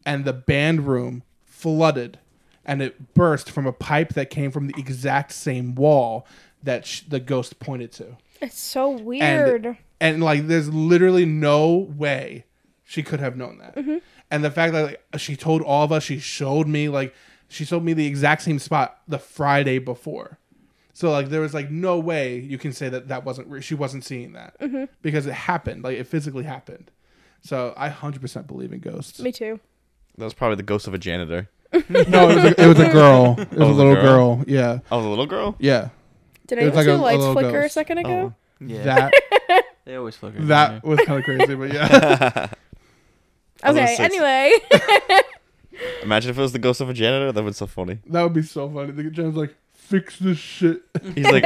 Speaker 2: and the band room flooded and it burst from a pipe that came from the exact same wall that sh- the ghost pointed to
Speaker 4: It's so
Speaker 2: and-
Speaker 4: weird.
Speaker 2: And, like, there's literally no way she could have known that. And the fact that like, she told all of us, she showed me like she showed me the exact same spot the Friday before. So like there was like no way you can say that that wasn't re- she wasn't seeing that because it happened like it physically happened. So I hundred percent believe in ghosts.
Speaker 4: Me too.
Speaker 1: that was probably the ghost of a janitor.
Speaker 2: No, it was a, it was a girl. It was
Speaker 1: Oh,
Speaker 2: a
Speaker 1: the
Speaker 2: little girl.
Speaker 1: girl.
Speaker 2: Yeah,
Speaker 1: I was a little girl.
Speaker 2: yeah.
Speaker 4: Did
Speaker 2: It
Speaker 4: I
Speaker 2: was
Speaker 4: see
Speaker 2: like
Speaker 4: the
Speaker 2: a- a
Speaker 4: lights
Speaker 2: little
Speaker 4: flicker a
Speaker 2: ghost.
Speaker 4: second ago?
Speaker 3: Yeah,
Speaker 2: That
Speaker 3: they always flicker. in there.
Speaker 2: that was kind of crazy, but yeah. Oh.
Speaker 1: I was
Speaker 4: Okay,
Speaker 1: six.
Speaker 4: anyway.
Speaker 1: Imagine if it was the ghost of a janitor. That would so funny.
Speaker 2: That would be so funny. The Jen's like, fix this shit.
Speaker 1: He's like,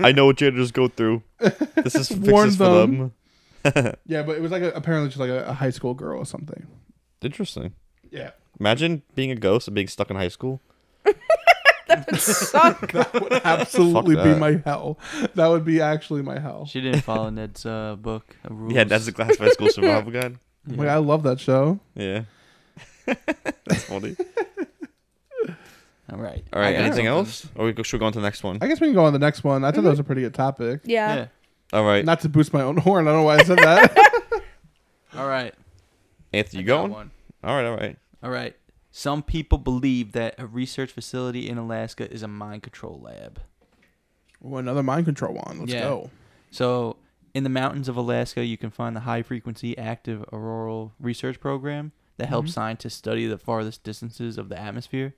Speaker 1: I know what janitors go through. This is fixes
Speaker 2: Warn
Speaker 1: for
Speaker 2: them.
Speaker 1: them.
Speaker 2: Yeah, but it was like a, apparently just like a, a high school girl or something.
Speaker 1: Interesting.
Speaker 2: Yeah,
Speaker 1: Imagine being a ghost and being stuck in high school.
Speaker 4: Suck.
Speaker 2: absolutely
Speaker 1: Fuck
Speaker 2: be
Speaker 1: that.
Speaker 2: my hell. That would be actually my hell.
Speaker 3: She didn't follow Ned's uh, book of rules.
Speaker 1: Yeah, that's a classified school survival guide.
Speaker 3: Yeah.
Speaker 2: Like I love that show.
Speaker 1: Yeah. That's funny.
Speaker 3: All right.
Speaker 1: All right.
Speaker 3: I got
Speaker 1: Anything
Speaker 3: something.
Speaker 1: else? Or we go, should we go on to the next one?
Speaker 2: I guess we can go on the next one. I thought that was a pretty good topic.
Speaker 4: Yeah.
Speaker 3: Yeah.
Speaker 1: All right.
Speaker 2: Not to boost my own horn. I don't know why I said that.
Speaker 3: All right.
Speaker 1: Anthony, you
Speaker 3: I got
Speaker 1: going?
Speaker 3: one.
Speaker 1: All right. All right.
Speaker 3: All right. Some people believe that a research facility in Alaska is a mind control lab.
Speaker 2: Ooh, another mind control one. Let's
Speaker 3: Yeah.
Speaker 2: go.
Speaker 3: So, in the mountains of Alaska, you can find the high frequency active auroral research program that helps scientists study the farthest distances of the atmosphere.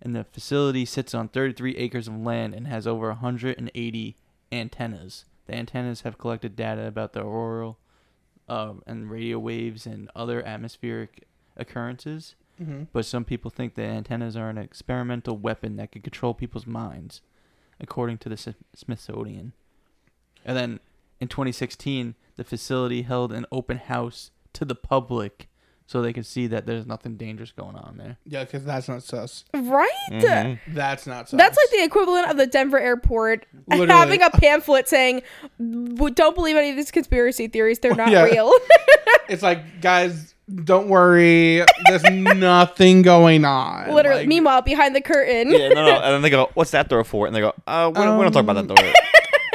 Speaker 3: And the facility sits on 33 acres of land and has over 180 antennas. The antennas have collected data about the auroral um, and radio waves and other atmospheric occurrences. But some people think the antennas are an experimental weapon that could control people's minds, according to the S- Smithsonian. And then in 2016, the facility held an open house to the public so they could see that there's nothing dangerous going on there.
Speaker 2: Yeah, because that's not sus.
Speaker 4: Right?
Speaker 2: That's not sus.
Speaker 4: That's like the equivalent of the Denver airport
Speaker 2: Literally.
Speaker 4: having a pamphlet saying, "W- "Don't believe any of these conspiracy theories; they're not
Speaker 2: Yeah.
Speaker 4: real."
Speaker 2: It's like, guys, don't worry. There's nothing going on.
Speaker 4: Literally.
Speaker 2: Like,
Speaker 4: Meanwhile, behind the curtain,
Speaker 1: Yeah. No, no. And then they go, "What's that door for?" And they go, "Uh, we don't, we don't talk about that door."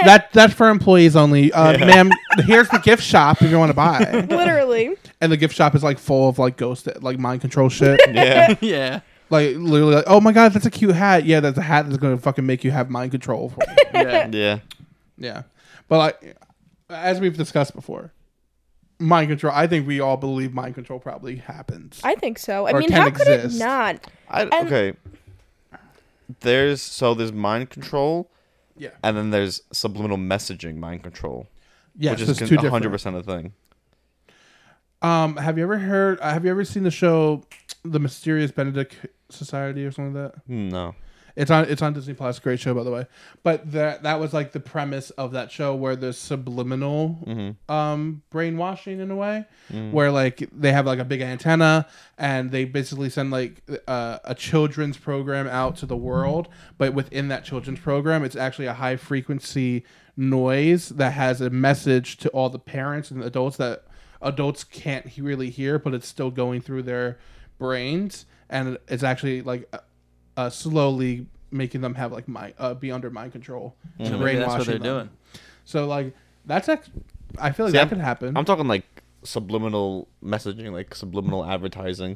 Speaker 2: that that's for employees only. Uh, Ma'am, here's the gift shop if you want to buy.
Speaker 4: literally,
Speaker 2: And the gift shop is like full of like ghost, like mind control shit.
Speaker 1: yeah.
Speaker 3: yeah.
Speaker 2: like literally, like, oh my god, that's a cute hat. Yeah, that's a hat that's gonna fucking make you have mind control. For
Speaker 3: Yeah.
Speaker 1: Yeah.
Speaker 2: Yeah, but like as we've discussed before, mind control. I think we all believe mind control probably happens.
Speaker 4: I think so. I
Speaker 2: Or
Speaker 4: mean,
Speaker 2: can
Speaker 4: how could it
Speaker 2: exist.
Speaker 4: not?
Speaker 1: I, okay. There's so there's mind control,
Speaker 2: yeah,
Speaker 1: and then there's subliminal messaging mind control,
Speaker 2: yeah,
Speaker 1: which
Speaker 2: which
Speaker 1: is
Speaker 2: two
Speaker 1: con-
Speaker 2: different.
Speaker 1: 100% a thing.
Speaker 2: Um, have you ever heard? Uh, have you ever seen the show, The Mysterious Benedict Society or something like that?
Speaker 1: Hmm, No.
Speaker 2: It's on. It's on Disney Plus. Great show, by the way. But that that was like the premise of that show, where there's subliminal
Speaker 1: Mm-hmm.
Speaker 2: um, brainwashing in a way,
Speaker 3: Mm.
Speaker 2: where like they have like a big antenna and they basically send like uh, a children's program out to the world. But within that children's program, it's actually a high frequency noise that has a message to all the parents and adults that adults can't he- really hear, but it's still going through their brains, and it's actually like. a- uh, slowly making them have like mind, uh, be under mind control and
Speaker 3: Mm. So maybe
Speaker 2: brainwashing
Speaker 3: that's what they're
Speaker 2: them.
Speaker 3: doing.
Speaker 2: So like that's ex- I feel like
Speaker 1: See,
Speaker 2: that
Speaker 1: I'm-
Speaker 2: could happen.
Speaker 1: I'm talking like subliminal messaging, like subliminal advertising.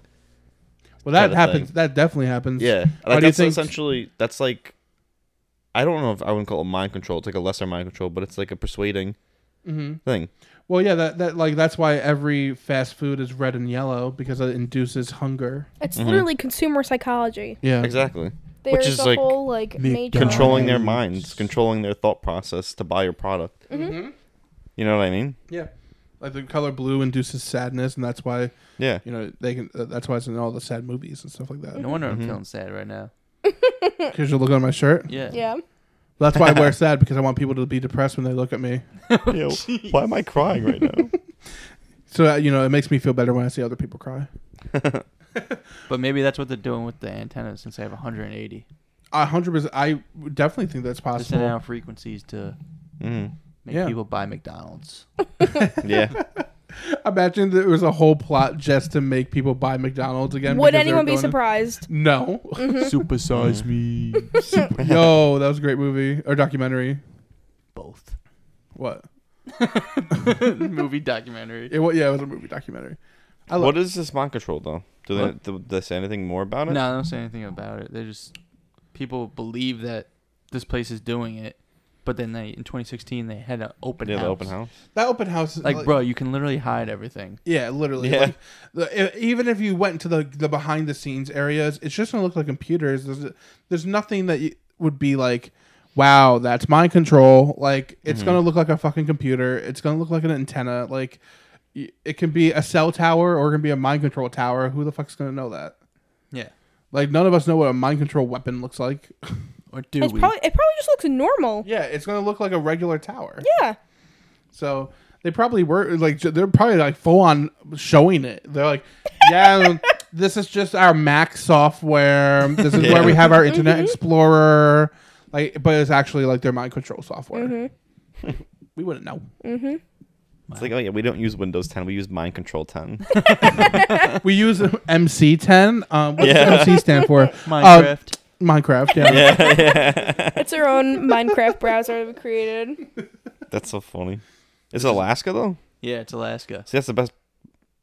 Speaker 2: well, that
Speaker 1: kinda
Speaker 2: happens.
Speaker 1: thing.
Speaker 2: That definitely happens.
Speaker 1: Yeah,
Speaker 2: Why
Speaker 1: like
Speaker 2: do you
Speaker 1: that's
Speaker 2: think?
Speaker 1: essentially that's like I don't know if I wouldn't call it mind control. It's like a lesser mind control, but it's like a persuading thing.
Speaker 2: Mm-hmm. well, yeah. That, that like that's why every fast food is red and yellow because it induces hunger.
Speaker 4: It's literally consumer psychology.
Speaker 2: Yeah.
Speaker 1: Exactly.
Speaker 4: There's
Speaker 1: is,
Speaker 4: a
Speaker 1: like,
Speaker 4: whole like major
Speaker 1: Controlling their minds, controlling their thought process to buy your product.
Speaker 4: Mm-hmm.
Speaker 1: You know what I mean?
Speaker 2: Mm-hmm. Yeah. Like the color blue induces sadness, and that's why
Speaker 1: Yeah.
Speaker 2: you know they can. Uh, that's why it's in all the sad movies and stuff like that.
Speaker 3: No wonder I'm feeling sad right now.
Speaker 2: Because you look on my shirt.
Speaker 3: Yeah.
Speaker 4: Yeah,
Speaker 2: That's why I wear sad because I want people to be depressed when they look at me.
Speaker 1: Yo, why am I crying right now?
Speaker 2: So uh, you know it makes me feel better when I see other people cry.
Speaker 3: But maybe that's what they're doing with the antennas since they have 180.
Speaker 2: A hundred percent. I definitely think that's
Speaker 3: They're sending
Speaker 2: possible.
Speaker 3: out frequencies to
Speaker 1: mm.
Speaker 3: make
Speaker 2: Yeah.
Speaker 3: people buy McDonald's.
Speaker 1: Yeah.
Speaker 2: Imagine there was a whole plot just to make people buy McDonald's again.
Speaker 4: would
Speaker 2: because they were
Speaker 4: anyone be
Speaker 2: going to-
Speaker 4: surprised? Mm-hmm.
Speaker 2: No.
Speaker 3: Supersize me.
Speaker 2: Yo, that was a great movie or documentary.
Speaker 3: Both.
Speaker 2: What?
Speaker 3: Movie documentary.
Speaker 2: It wa yeah, it was a movie documentary. I love.
Speaker 1: what is this mind control though? Do they,
Speaker 3: What?
Speaker 1: do they say anything more about it?
Speaker 3: No, I don't say anything about it. They just people believe that this place is doing it, but then they in 2016 they had an open
Speaker 1: Yeah,
Speaker 3: house.
Speaker 1: the open house.
Speaker 2: That open house is
Speaker 3: Like, bro, you can literally hide everything.
Speaker 2: Yeah, literally.
Speaker 1: Yeah.
Speaker 2: Like, the, e- even if you went to the the behind the scenes areas, it's just gonna look like computers. There's there's nothing that you, would be like, wow, that's mind control. Like it's gonna look like a fucking computer. It's gonna look like an antenna. Like y- it can be a cell tower or it can be a mind control tower. Who the fuck's gonna know that?
Speaker 3: Yeah.
Speaker 2: Like none of us know what a mind control weapon looks like.
Speaker 3: Or do
Speaker 4: It's
Speaker 3: we?
Speaker 4: probably it probably just looks normal.
Speaker 2: yeah, it's gonna look like a regular tower.
Speaker 4: Yeah,
Speaker 2: So they probably were like j- they're probably like full on showing it. They're like, yeah, this is just our Mac software. This is where we have our Internet Explorer. Like, but it's actually like their mind control software. we wouldn't know.
Speaker 1: It's like, oh yeah, we don't use Windows 10. We use Mind Control 10.
Speaker 2: we use MC10. Um, what
Speaker 1: Yeah.
Speaker 2: Um, does MC stand for?
Speaker 3: Minecraft.
Speaker 2: Minecraft, yeah.
Speaker 4: It's our own Minecraft browser that we created.
Speaker 1: That's so funny. Is it Alaska though?
Speaker 3: Yeah, it's Alaska.
Speaker 1: See, that's the best,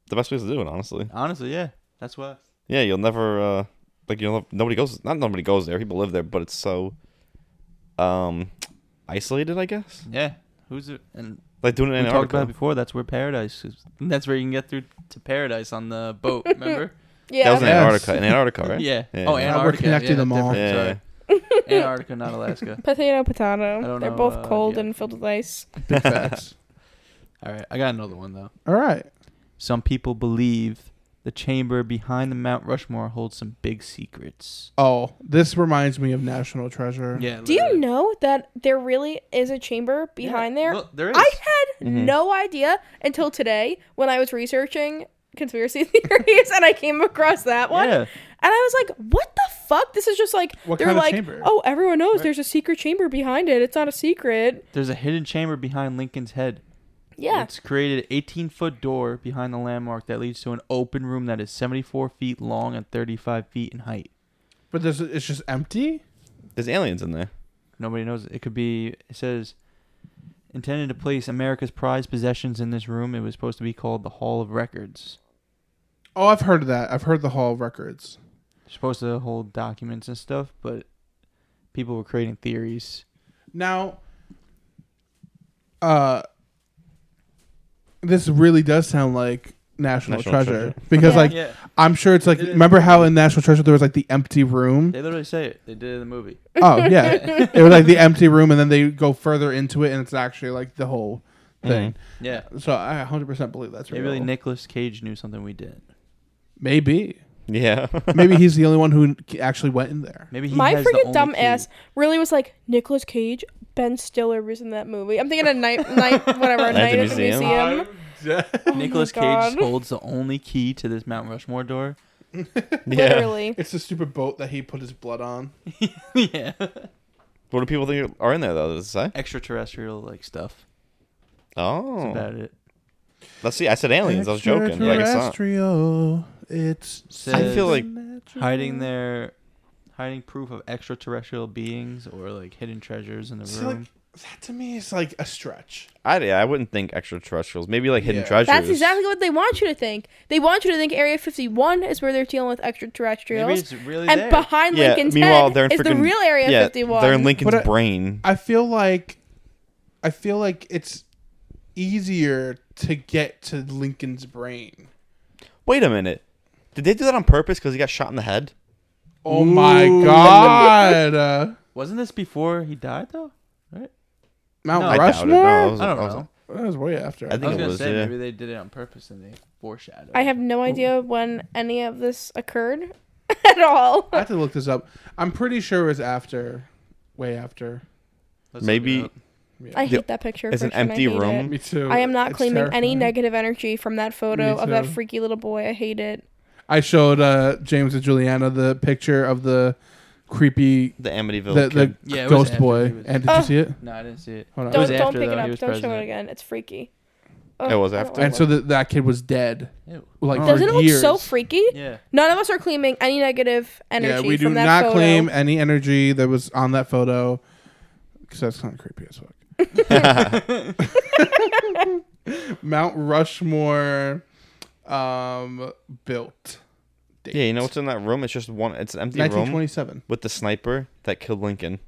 Speaker 1: the best place to do it, honestly.
Speaker 3: Honestly, yeah, that's why.
Speaker 1: Yeah, you'll never, uh, like, you'll nobody goes. Not nobody goes there. People live there, but it's so, um, isolated. I guess.
Speaker 3: Yeah, who's it? And
Speaker 1: Like doing it in
Speaker 3: we talked about it
Speaker 1: Antarctica.
Speaker 3: before. That's where paradise is. And that's where you can get through to paradise on the boat. Remember?
Speaker 4: Yeah.
Speaker 1: That was in
Speaker 2: Yes.
Speaker 1: Antarctica. In Antarctica, right?
Speaker 3: Yeah.
Speaker 1: Yeah.
Speaker 3: Oh,
Speaker 1: Yeah,
Speaker 2: we're
Speaker 3: Antarctica.
Speaker 2: connecting
Speaker 3: yeah,
Speaker 2: them all.
Speaker 1: Yeah.
Speaker 3: different, Sorry. Antarctica, not Alaska.
Speaker 4: Potato,
Speaker 3: I
Speaker 4: potato.
Speaker 3: don't
Speaker 4: They're
Speaker 3: know,
Speaker 4: both
Speaker 3: uh,
Speaker 4: cold
Speaker 3: yeah.
Speaker 4: and filled with ice.
Speaker 2: Big facts.
Speaker 3: All right, I got another one though.
Speaker 2: All right.
Speaker 3: Some people believe the chamber behind the Mount Rushmore holds some big secrets.
Speaker 2: Oh, this reminds me of National Treasure.
Speaker 3: Yeah.
Speaker 4: Do you know that there really is a chamber behind there?
Speaker 3: there is.
Speaker 4: I had
Speaker 1: Mm-hmm.
Speaker 4: no idea until today when I was researching conspiracy theories and I came across that one.
Speaker 3: Yeah.
Speaker 4: And I was like, what the fuck? This is just like,
Speaker 2: What
Speaker 4: they're
Speaker 2: kind of
Speaker 4: like,
Speaker 2: chamber?
Speaker 4: oh, everyone knows there's a secret chamber behind it. It's not a secret.
Speaker 3: There's a hidden chamber behind Lincoln's head.
Speaker 4: Yeah.
Speaker 3: It's created 18 foot door behind the landmark that leads to an open room that is 74 feet long and 35 feet in height.
Speaker 2: But there's, it's just empty?
Speaker 1: There's aliens in there.
Speaker 3: Nobody knows. It could be. It says intended to place America's prized possessions in this room. It was supposed to be called the Hall of Records.
Speaker 2: Oh, I've heard of that. I've heard the Hall of Records.
Speaker 3: supposed to hold documents and stuff, but people were creating theories.
Speaker 2: Now, uh, this really does sound like National,
Speaker 1: National
Speaker 2: Treasure,
Speaker 1: Treasure.
Speaker 2: because,
Speaker 4: Yeah.
Speaker 2: like,
Speaker 3: Yeah.
Speaker 2: I'm sure it's like.
Speaker 3: It is.
Speaker 2: remember how in National Treasure there was like the empty room?
Speaker 3: They literally say it. They did it in the movie.
Speaker 2: Oh yeah, it was like the empty room, and then they go further into it, and it's actually like the whole thing.
Speaker 1: Mm-hmm.
Speaker 3: Yeah.
Speaker 2: So I 100 percent believe that's real.
Speaker 3: Maybe like Nicolas Cage knew something we didn't.
Speaker 2: Maybe,
Speaker 1: Yeah.
Speaker 2: maybe he's the only one who actually went in there.
Speaker 3: Maybe he
Speaker 4: My
Speaker 3: has the
Speaker 4: freaking
Speaker 3: only
Speaker 4: dumb
Speaker 3: key.
Speaker 4: ass really was like Nicolas Cage, Ben Stiller was in that movie. I'm thinking a night, night, whatever, night at the
Speaker 1: Museum.
Speaker 4: museum. Oh
Speaker 3: Nicolas
Speaker 4: God.
Speaker 3: Cage holds the only key to this Mount Rushmore door.
Speaker 1: yeah.
Speaker 4: Literally,
Speaker 2: It's the stupid boat that he put his blood on.
Speaker 3: yeah.
Speaker 1: What do people think are in there though? Does it say?
Speaker 3: Extraterrestrial like stuff. That's
Speaker 1: Oh,
Speaker 3: about it.
Speaker 1: let's see. I said aliens. I was joking. Like it's not.
Speaker 2: Extraterrestrial, It's.
Speaker 3: Says-
Speaker 1: I feel like-
Speaker 2: supernatural.
Speaker 3: Hiding their hiding proof of extraterrestrial beings or like hidden treasures in the
Speaker 2: See, like,
Speaker 3: room.
Speaker 2: that to me is like a stretch.
Speaker 1: I yeah, I wouldn't think extraterrestrials. Maybe like hidden
Speaker 2: Yeah.
Speaker 1: treasures.
Speaker 4: that's exactly what they want you to think. They want you to think Area 51 is where they're dealing with extraterrestrials,
Speaker 3: Maybe it's really
Speaker 4: and
Speaker 3: there.
Speaker 4: behind
Speaker 1: Yeah.
Speaker 4: Lincoln's
Speaker 1: meanwhile,
Speaker 4: head
Speaker 1: they're in
Speaker 4: is the
Speaker 1: freaking-
Speaker 4: real Area
Speaker 1: yeah,
Speaker 4: 51.
Speaker 1: They're in Lincoln's
Speaker 2: But I-
Speaker 1: brain.
Speaker 2: I feel like I feel like it's easier to get to Lincoln's brain.
Speaker 1: Wait a minute. Did they do that on purpose? Because he got shot in the head.
Speaker 2: Oh my god. Uh,
Speaker 3: Wasn't this before he died though?
Speaker 2: Mount
Speaker 3: No,
Speaker 1: I doubt it.
Speaker 2: Rushmore?
Speaker 1: No, I was,
Speaker 3: I don't
Speaker 1: I was-
Speaker 3: know.
Speaker 2: That Oh, was way after.
Speaker 1: I
Speaker 3: I
Speaker 1: think
Speaker 3: was
Speaker 1: it
Speaker 3: gonna
Speaker 1: was.
Speaker 3: say
Speaker 1: yeah.
Speaker 3: maybe they did it on purpose and they foreshadowed.
Speaker 4: I have no idea when any of this occurred at all.
Speaker 2: I have to look this up. I'm pretty sure it was after way after.
Speaker 3: Let's look
Speaker 1: Maybe-
Speaker 3: it up.
Speaker 4: I hate
Speaker 1: The-
Speaker 4: that picture.
Speaker 1: it's an
Speaker 4: Christian, I
Speaker 1: empty
Speaker 4: hate
Speaker 1: room.
Speaker 4: it.
Speaker 2: Me too.
Speaker 4: I am not
Speaker 2: It's
Speaker 4: claiming any
Speaker 2: terrifying.
Speaker 4: negative energy from that photo
Speaker 2: Me
Speaker 4: of that
Speaker 2: too.
Speaker 4: freaky little boy. I hate it.
Speaker 2: I showed uh, James and Juliana the picture of the creepy
Speaker 1: The Amityville.
Speaker 2: the, the
Speaker 1: kid.
Speaker 3: Yeah, it was
Speaker 2: ghost
Speaker 3: after
Speaker 2: boy.
Speaker 3: he was-
Speaker 2: and did
Speaker 4: Oh.
Speaker 2: you see it?
Speaker 3: No, I didn't see it.
Speaker 2: Hold on.
Speaker 3: It
Speaker 4: Don't,
Speaker 3: was
Speaker 4: don't
Speaker 3: after,
Speaker 4: pick it
Speaker 3: though.
Speaker 4: up.
Speaker 3: He was
Speaker 4: Don't show
Speaker 3: president.
Speaker 4: it again. It's freaky.
Speaker 1: It was
Speaker 4: I don't
Speaker 1: after.
Speaker 4: like
Speaker 2: And so that that kid was dead.
Speaker 3: Ew.
Speaker 2: Like
Speaker 3: Oh.
Speaker 2: for
Speaker 4: Doesn't it look so
Speaker 2: years.
Speaker 4: freaky?
Speaker 3: Yeah.
Speaker 4: None of us are claiming any negative energy.
Speaker 2: Yeah, we do
Speaker 4: from that
Speaker 2: not
Speaker 4: photo.
Speaker 2: claim any energy that was on that photo because that's kind of creepy as fuck. Mount Rushmore um, built. Date.
Speaker 1: Yeah, you know what's in that room? It's just one. It's an empty room
Speaker 2: 1927.
Speaker 1: with the sniper that killed Lincoln.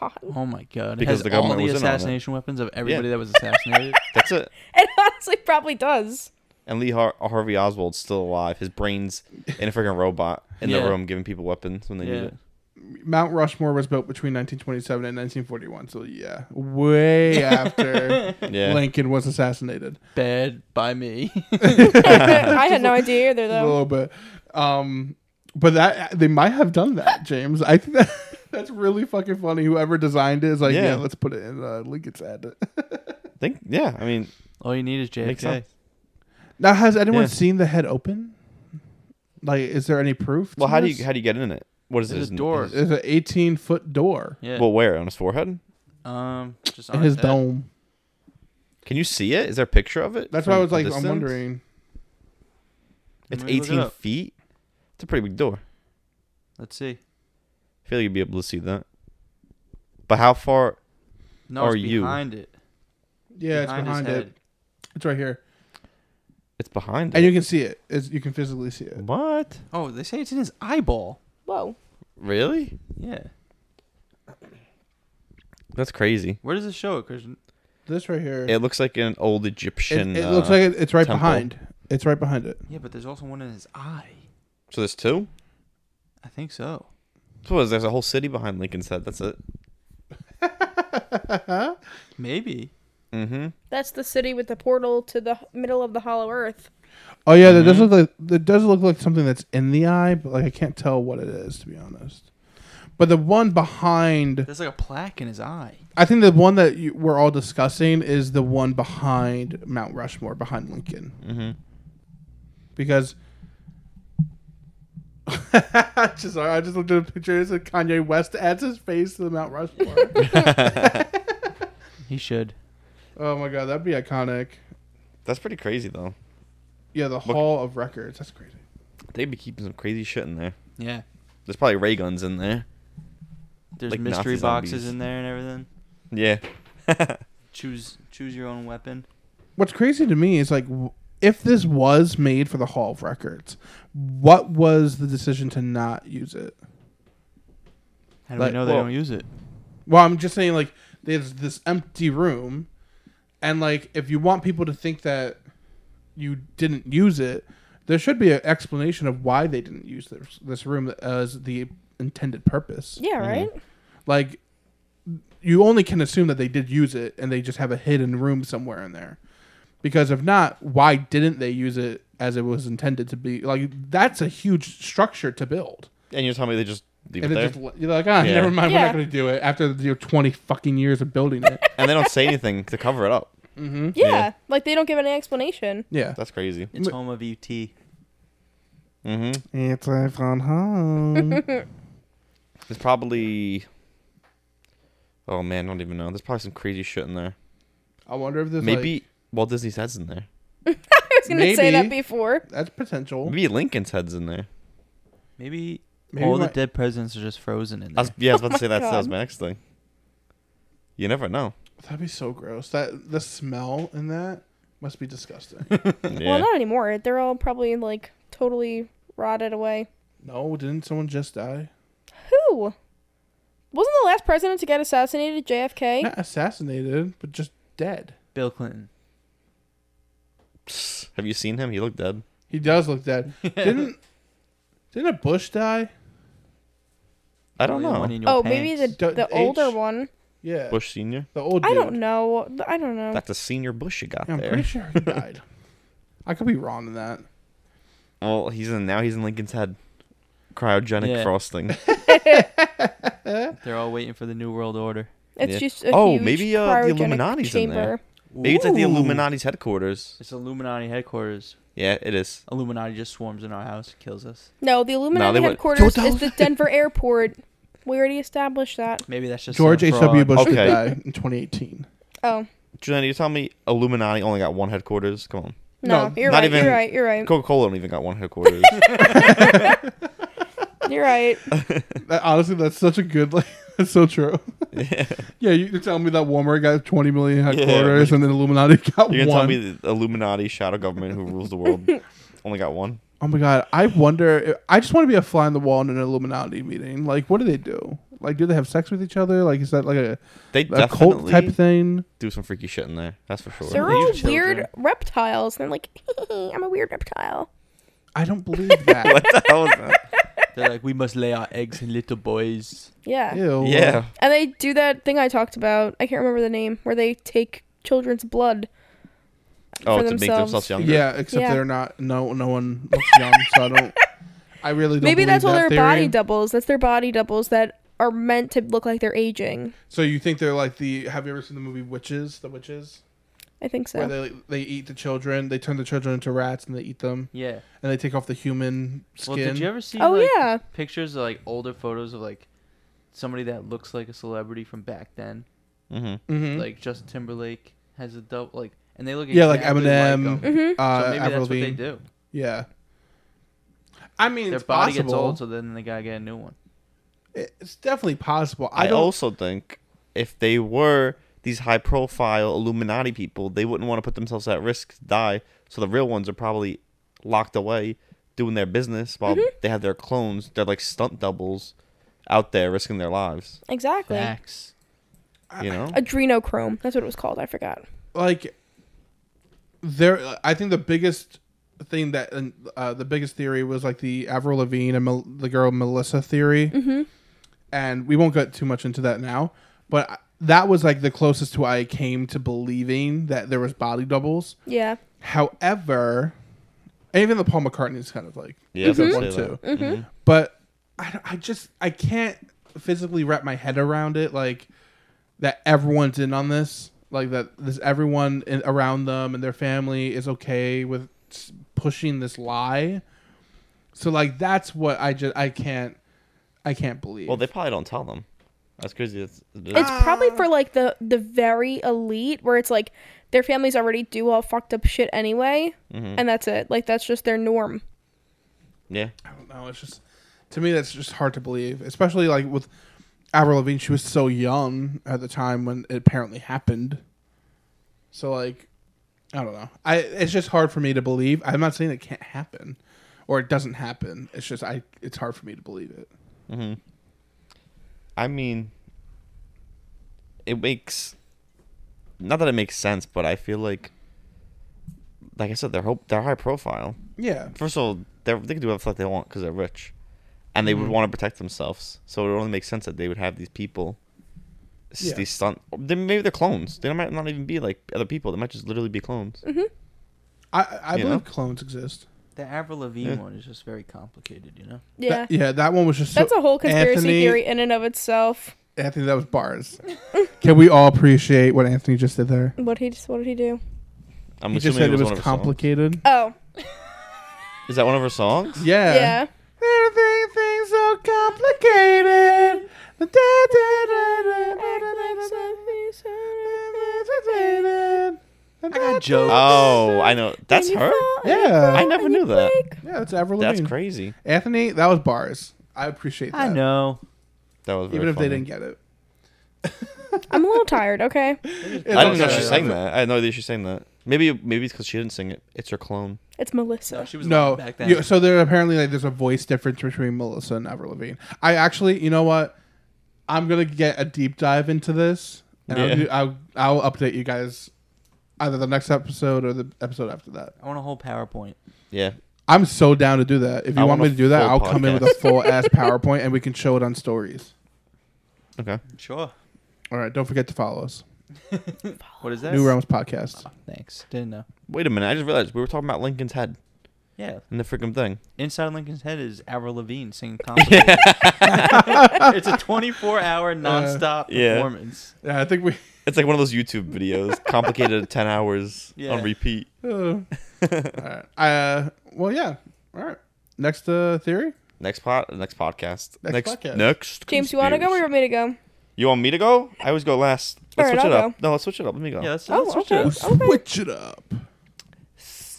Speaker 4: God.
Speaker 3: Oh my god.
Speaker 1: Because
Speaker 3: it has
Speaker 1: the government
Speaker 3: all the
Speaker 1: was in on it.
Speaker 3: assassination weapons of everybody that was assassinated.
Speaker 1: That's it.
Speaker 4: It honestly probably does.
Speaker 1: And Lee Har- Harvey Oswald's still alive. His brain's in a freaking robot in
Speaker 3: Yeah.
Speaker 1: the room giving people weapons when they need
Speaker 3: yeah.
Speaker 1: it.
Speaker 2: Mount Rushmore was built between 1927 and 1941. So yeah, way after
Speaker 1: Yeah.
Speaker 2: Lincoln was assassinated.
Speaker 3: Bad by me.
Speaker 4: I had no idea either,
Speaker 2: A
Speaker 4: though.
Speaker 2: little bit. Um, but that they might have done that, James. I think that, that's really fucking funny. Whoever designed it is like, yeah,
Speaker 1: Yeah.
Speaker 2: let's put it in uh, Lincoln's head.
Speaker 1: Think. Yeah. I mean,
Speaker 3: all you need is JFK.
Speaker 1: Makes sense.
Speaker 2: Now, has anyone
Speaker 1: Yeah.
Speaker 2: seen the head open? Like, is there any proof? to
Speaker 1: well, how do you
Speaker 2: this?
Speaker 1: how do you get in it? What is this?
Speaker 3: There's a door.
Speaker 2: There's an 18 foot door
Speaker 3: Yeah.
Speaker 1: Well, where on his forehead?
Speaker 3: um just
Speaker 2: in
Speaker 3: on
Speaker 2: his
Speaker 3: head.
Speaker 2: dome.
Speaker 1: Can you see it? Is there a picture of it?
Speaker 2: That's why I
Speaker 1: from
Speaker 2: was
Speaker 1: a
Speaker 2: like,
Speaker 1: distance?
Speaker 2: I'm wondering.
Speaker 1: It's
Speaker 3: Let me look it
Speaker 1: 18
Speaker 3: up.
Speaker 1: feet. It's a pretty big door.
Speaker 3: Let's see.
Speaker 1: I feel like you'd be able to see that. But how far?
Speaker 3: No,
Speaker 1: Or
Speaker 3: it's
Speaker 1: you.
Speaker 3: behind it.
Speaker 2: Yeah,
Speaker 3: behind
Speaker 2: it's behind
Speaker 3: his
Speaker 2: it.
Speaker 3: head.
Speaker 2: It's right here,
Speaker 1: It's behind
Speaker 2: and
Speaker 1: it.
Speaker 2: you can see it. It's, you can physically see it.
Speaker 1: What?
Speaker 3: Oh, they say it's in his eyeball.
Speaker 4: Whoa.
Speaker 1: Really?
Speaker 3: Yeah.
Speaker 1: That's crazy.
Speaker 3: Where does it show it, Christian?
Speaker 2: This right here.
Speaker 1: It looks like an old
Speaker 2: It,
Speaker 1: Egyptian.
Speaker 2: it looks
Speaker 1: uh,
Speaker 2: like it, it's right
Speaker 1: temple.
Speaker 2: behind. It's right behind it.
Speaker 3: Yeah, but there's also one in his eye.
Speaker 1: So there's two.
Speaker 3: I think so.
Speaker 1: So what, there's a whole city behind Lincoln's head. That's it.
Speaker 3: Maybe.
Speaker 1: Mm-hmm.
Speaker 4: That's the city with the portal to the h- middle of the Hollow Earth.
Speaker 2: Oh yeah, that does look like that does look like something that's in the eye, but like I can't tell what it is to be honest. But the one behind,
Speaker 3: There's like a plaque in his eye.
Speaker 2: I think the one that you, we're all discussing is the one behind Mount Rushmore, behind Lincoln,
Speaker 1: Mm-hmm.
Speaker 2: because. just sorry, I just looked at a picture. It said Kanye West adds his face to the Mount Rushmore.
Speaker 3: He should.
Speaker 2: oh my god, that'd be iconic.
Speaker 1: That's pretty crazy though.
Speaker 2: Yeah, the Hall of Records. That's crazy.
Speaker 1: They'd be keeping some crazy shit in there.
Speaker 3: Yeah.
Speaker 1: There's probably ray guns in there.
Speaker 3: There's
Speaker 1: Like
Speaker 3: mystery
Speaker 1: Nazi
Speaker 3: boxes
Speaker 1: zombies.
Speaker 3: in there and everything.
Speaker 1: Yeah.
Speaker 3: Choose choose your own weapon.
Speaker 2: What's crazy to me is like, w- if this was made for the Hall of Records, what was the decision to not use it?
Speaker 3: How do
Speaker 2: Like,
Speaker 3: we know they
Speaker 1: well-
Speaker 3: don't use it?
Speaker 2: Well, I'm just saying like, there's this empty room, and like, if you want people to think that you didn't use it, there should be an explanation of why they didn't use this this room as the intended purpose.
Speaker 4: Yeah, right?
Speaker 2: Like, you only can assume that they did use it, and they just have a hidden room somewhere in there. Because if not, why didn't they use it as it was intended to be? Like, that's a huge structure to build.
Speaker 1: And you're telling me they just leave
Speaker 2: and
Speaker 1: it
Speaker 2: they
Speaker 1: there,
Speaker 2: just you're like, ah,
Speaker 1: Yeah.
Speaker 2: never mind, we're
Speaker 4: Yeah.
Speaker 2: not going to do it after the you know, twenty fucking years of building it. Mm-hmm.
Speaker 1: and they don't say anything to cover it up.
Speaker 4: Yeah.
Speaker 1: Yeah.
Speaker 4: Like they don't give any explanation.
Speaker 2: yeah,
Speaker 1: That's crazy.
Speaker 3: It's
Speaker 2: M-
Speaker 3: home of E UT.
Speaker 1: Mm-hmm.
Speaker 2: it's a fun home.
Speaker 1: There's probably. Oh man, I don't even know. There's probably some crazy shit in there.
Speaker 2: I wonder if there's
Speaker 1: Maybe
Speaker 2: like-
Speaker 1: Walt Disney's head's in there.
Speaker 4: I was gonna say that
Speaker 2: Maybe.
Speaker 4: before.
Speaker 2: that's potential.
Speaker 1: Maybe Lincoln's head's in there.
Speaker 3: Maybe,
Speaker 2: Maybe
Speaker 3: all
Speaker 2: like-
Speaker 3: the dead presidents are just frozen in
Speaker 1: I
Speaker 3: there.
Speaker 1: was, yeah, I was about to say
Speaker 4: Oh my
Speaker 1: that's that was
Speaker 4: God.
Speaker 1: my next thing. You never know.
Speaker 2: That'd be so gross. That the smell in that must be disgusting.
Speaker 1: Yeah.
Speaker 4: Well, not anymore. They're all probably like totally rotted away.
Speaker 2: no, didn't someone just die?
Speaker 4: Who? Wasn't the last president to get assassinated JFK?
Speaker 2: Not assassinated, but just dead.
Speaker 3: Bill Clinton.
Speaker 1: Psst. Have you seen him? He looked dead.
Speaker 2: He does look dead. didn't didn't a Bush die?
Speaker 1: I don't
Speaker 3: Only the one
Speaker 1: know.
Speaker 3: in your
Speaker 4: Oh, maybe the
Speaker 2: pants.
Speaker 4: the,
Speaker 2: The
Speaker 4: older
Speaker 2: H-
Speaker 4: one.
Speaker 2: Yeah,
Speaker 1: Bush Senior.
Speaker 2: the old.
Speaker 4: I
Speaker 2: dude.
Speaker 4: don't know. Th- I don't know.
Speaker 1: That's a senior Bush you got
Speaker 2: Yeah, I'm
Speaker 1: there.
Speaker 2: pretty sure he died. I could be wrong in that.
Speaker 1: Well, he's in now. He's in Lincoln's head. Cryogenic
Speaker 3: Yeah.
Speaker 1: frosting.
Speaker 3: They're all waiting for the New World Order.
Speaker 4: it's
Speaker 1: Yeah.
Speaker 4: just a
Speaker 1: Oh,
Speaker 4: huge
Speaker 1: maybe, uh, the
Speaker 4: cryogenic
Speaker 1: Illuminati's in
Speaker 4: chamber.
Speaker 1: there. Maybe it's like the
Speaker 3: Ooh.
Speaker 1: Illuminati's headquarters.
Speaker 3: It's Illuminati headquarters.
Speaker 1: Yeah, it is.
Speaker 3: Illuminati just swarms in our house, kills us.
Speaker 4: No, the Illuminati
Speaker 1: they wouldn't-
Speaker 4: headquarters
Speaker 1: Yo, that
Speaker 4: is
Speaker 1: was-
Speaker 4: the Denver airport. We already established that.
Speaker 3: Maybe that's just
Speaker 2: George
Speaker 3: some
Speaker 2: H. W.
Speaker 3: fraud.
Speaker 2: Bush did
Speaker 1: Okay.
Speaker 2: die in 2018.
Speaker 4: Oh
Speaker 1: Julian, you tell me Illuminati only got one headquarters? Come on.
Speaker 4: no,
Speaker 2: No,
Speaker 4: you're
Speaker 1: not
Speaker 4: right.
Speaker 1: even-
Speaker 4: You're right. You're right.
Speaker 1: Coca Cola don't even got one headquarters.
Speaker 4: You're right.
Speaker 2: That, honestly, that's such a good. Like, that's so true.
Speaker 1: yeah.
Speaker 2: Yeah, you- you're telling me that Walmart got 20 million headquarters and then Illuminati got
Speaker 1: You're gonna tell
Speaker 2: one.
Speaker 1: me the Illuminati shadow government who rules the world only got one?
Speaker 2: oh my god, I wonder. If, I just want to be a fly on the wall in an Illuminati meeting. Like, what do they do? Like, do they have sex with each other? Like, is that like a,
Speaker 1: They
Speaker 2: a cult
Speaker 1: definitely
Speaker 2: type thing?
Speaker 1: do some freaky shit in there. That's for sure.
Speaker 4: They're
Speaker 3: These
Speaker 4: all
Speaker 3: children.
Speaker 4: weird reptiles. They're like, I'm a weird reptile.
Speaker 2: I don't believe that.
Speaker 1: what the hell is that? uh,
Speaker 3: They're like, we must lay our eggs in little boys.
Speaker 4: Yeah.
Speaker 2: Ew.
Speaker 1: Yeah.
Speaker 4: And they do that thing I talked about. I can't remember the name where they take children's blood.
Speaker 1: Oh, to
Speaker 4: For
Speaker 1: make
Speaker 4: themselves.
Speaker 1: themselves younger.
Speaker 2: Yeah, except
Speaker 4: Yeah.
Speaker 2: they're not. No, no one looks young, so I don't. I really don't.
Speaker 4: Maybe
Speaker 2: believe
Speaker 4: that's all
Speaker 2: that
Speaker 4: their body
Speaker 2: theory.
Speaker 4: doubles. That's their body doubles that are meant to look like they're aging.
Speaker 2: So you think they're like the? Have you ever seen the movie Witches? The witches,
Speaker 4: I think so.
Speaker 2: where they they eat the children, they turn the children into rats, and they eat them,
Speaker 3: Yeah.
Speaker 2: and they take off the human skin.
Speaker 3: Well, did you ever see
Speaker 4: oh
Speaker 3: like,
Speaker 4: yeah.
Speaker 3: pictures of like older photos of like somebody that looks like a celebrity from back then?
Speaker 1: Mm-hmm.
Speaker 2: Mhm.
Speaker 3: Like Justin Timberlake has a double, like, and they look
Speaker 2: Yeah, like
Speaker 3: exactly
Speaker 2: Eminem,
Speaker 3: Like them.
Speaker 4: Mhm.
Speaker 2: uh,
Speaker 3: so
Speaker 2: Avril
Speaker 3: maybe that's what they
Speaker 2: Lavigne.
Speaker 3: do.
Speaker 2: Yeah. I mean,
Speaker 3: Their
Speaker 2: it's
Speaker 3: body
Speaker 2: possible.
Speaker 3: gets old, so then they gotta get a new one.
Speaker 2: It's definitely possible. I
Speaker 1: I,
Speaker 2: don't.
Speaker 1: also think if they were these high profile Illuminati people, they wouldn't want to put themselves at risk to die. So the real ones are probably locked away doing their business while
Speaker 2: Mm-hmm.
Speaker 1: they have their clones. They're like stunt doubles out there risking their lives.
Speaker 4: Exactly.
Speaker 3: Facts.
Speaker 1: You know?
Speaker 4: Adrenochrome. That's what it was called. I forgot.
Speaker 2: like there i think the biggest thing that and, uh, the biggest theory was like the avril lavigne and Mel- the girl melissa theory mm-hmm. and we won't get too much into that now but I- that was like the closest to i came to believing that there was body doubles
Speaker 4: Yeah.
Speaker 2: however and even the paul mccartney is kind of like
Speaker 1: Yeah, I was
Speaker 2: that
Speaker 1: gonna
Speaker 2: one
Speaker 1: say
Speaker 2: too
Speaker 1: that.
Speaker 2: but I, don't- I just i can't physically wrap my head around it like that everyone's in on this like that this everyone in, around them and their family is okay with s- pushing this lie so like that's what i just i can't i can't believe
Speaker 1: Well, they probably don't tell them. That's crazy. That's,
Speaker 2: Ah.
Speaker 4: It's probably for like the the very elite where it's like their families already do all fucked up shit anyway,
Speaker 2: Mm-hmm.
Speaker 4: and that's it. Like that's just their norm.
Speaker 1: yeah.
Speaker 2: i don't know it's just to me that's just hard to believe especially like with avril lavigne she was so young at the time when it apparently happened so like i don't know i it's just hard for me to believe i'm not saying it can't happen or it doesn't happen it's just i it's hard for me to believe it
Speaker 1: I mean, it makes not that it makes sense, but I feel like, like I said, they're hope they're high profile.
Speaker 2: yeah
Speaker 1: First of all, they they can do whatever the fuck they want because they're rich, and they
Speaker 2: Mm-hmm.
Speaker 1: would want to protect themselves. So it only makes sense that they would have these people, s-
Speaker 2: Yeah.
Speaker 1: these stunt. They, maybe they're clones. They might not even be like other people. They might just literally be clones.
Speaker 2: Mm-hmm. I, I
Speaker 1: You
Speaker 2: believe
Speaker 1: know?
Speaker 2: clones exist.
Speaker 3: The Avril Lavigne
Speaker 1: Yeah.
Speaker 3: one is just very complicated, you know.
Speaker 4: Yeah.
Speaker 2: That- yeah, that one was just. so-
Speaker 4: that's a whole conspiracy
Speaker 2: Anthony,
Speaker 4: theory in and of itself.
Speaker 2: Anthony, that was bars. Can we all appreciate what Anthony just did there?
Speaker 4: What he just what did he do?
Speaker 1: I'm
Speaker 2: He just
Speaker 1: assuming
Speaker 2: said it was,
Speaker 1: one of her songs.
Speaker 2: complicated.
Speaker 4: Oh
Speaker 1: Is that one of her songs?
Speaker 2: Yeah.
Speaker 4: yeah.
Speaker 2: Everything's so complicated. Da, da, da, da, da, da, da, da.
Speaker 3: I got jokes.
Speaker 1: Oh, I know. That's her.
Speaker 2: Yeah.
Speaker 1: I never knew that.
Speaker 2: Yeah, it's Avril
Speaker 1: That's
Speaker 2: Lavigne.
Speaker 1: crazy.
Speaker 2: Anthony, that was bars. I appreciate that.
Speaker 3: I know.
Speaker 1: That was very
Speaker 2: Even if
Speaker 1: funny.
Speaker 2: they didn't get it.
Speaker 4: I'm a little tired. Okay,
Speaker 1: I didn't know she
Speaker 2: Yeah.
Speaker 1: sang that. I had no idea she sang that. Maybe maybe it's because she didn't sing it. It's her clone.
Speaker 4: it's Melissa.
Speaker 3: No, she was
Speaker 2: No,
Speaker 3: back then.
Speaker 2: you- so there apparently like there's a voice difference between Melissa and Avril Lavigne. I actually, you know what? I'm gonna get a deep dive into this, and
Speaker 1: Yeah.
Speaker 2: I'll, do, I'll I'll update you guys either the next episode or the episode after that.
Speaker 3: I want a whole PowerPoint.
Speaker 1: Yeah.
Speaker 2: I'm so down to do that. If you
Speaker 1: I
Speaker 2: want
Speaker 1: want
Speaker 2: me
Speaker 1: a
Speaker 2: to do that,
Speaker 1: full
Speaker 2: I'll come in with a
Speaker 1: podcast.
Speaker 2: full ass PowerPoint, and we can show it on stories.
Speaker 1: Okay.
Speaker 3: Sure.
Speaker 2: All right, don't forget to follow us.
Speaker 3: What is that?
Speaker 2: New Realms Podcast.
Speaker 3: Thanks. Didn't know.
Speaker 1: Wait a minute. I just realized we were talking about Lincoln's head
Speaker 3: Yeah.
Speaker 1: and the freaking thing.
Speaker 3: Inside Lincoln's head is Avril Lavigne singing comedy. it's a 24-hour non-stop
Speaker 1: yeah.
Speaker 3: performance.
Speaker 2: Yeah, I think we.
Speaker 1: It's like one of those YouTube videos, complicated ten hours
Speaker 3: Yeah.
Speaker 1: on repeat.
Speaker 2: Uh, all right. Uh, well, yeah. All right. Next uh, theory.
Speaker 1: Next pot, next podcast,
Speaker 2: Next
Speaker 1: next
Speaker 2: podcast.
Speaker 1: next.
Speaker 4: James, you want to go or you
Speaker 1: conspiracy.
Speaker 4: want me to go?
Speaker 1: You want me to go? I always go last. Let's
Speaker 4: All right,
Speaker 1: switch it
Speaker 4: I'll
Speaker 1: up. No, let's switch it up. Let me go.
Speaker 3: Yeah, let's,
Speaker 4: Oh,
Speaker 3: let's switch
Speaker 4: okay.
Speaker 3: it up.
Speaker 2: Switch it up.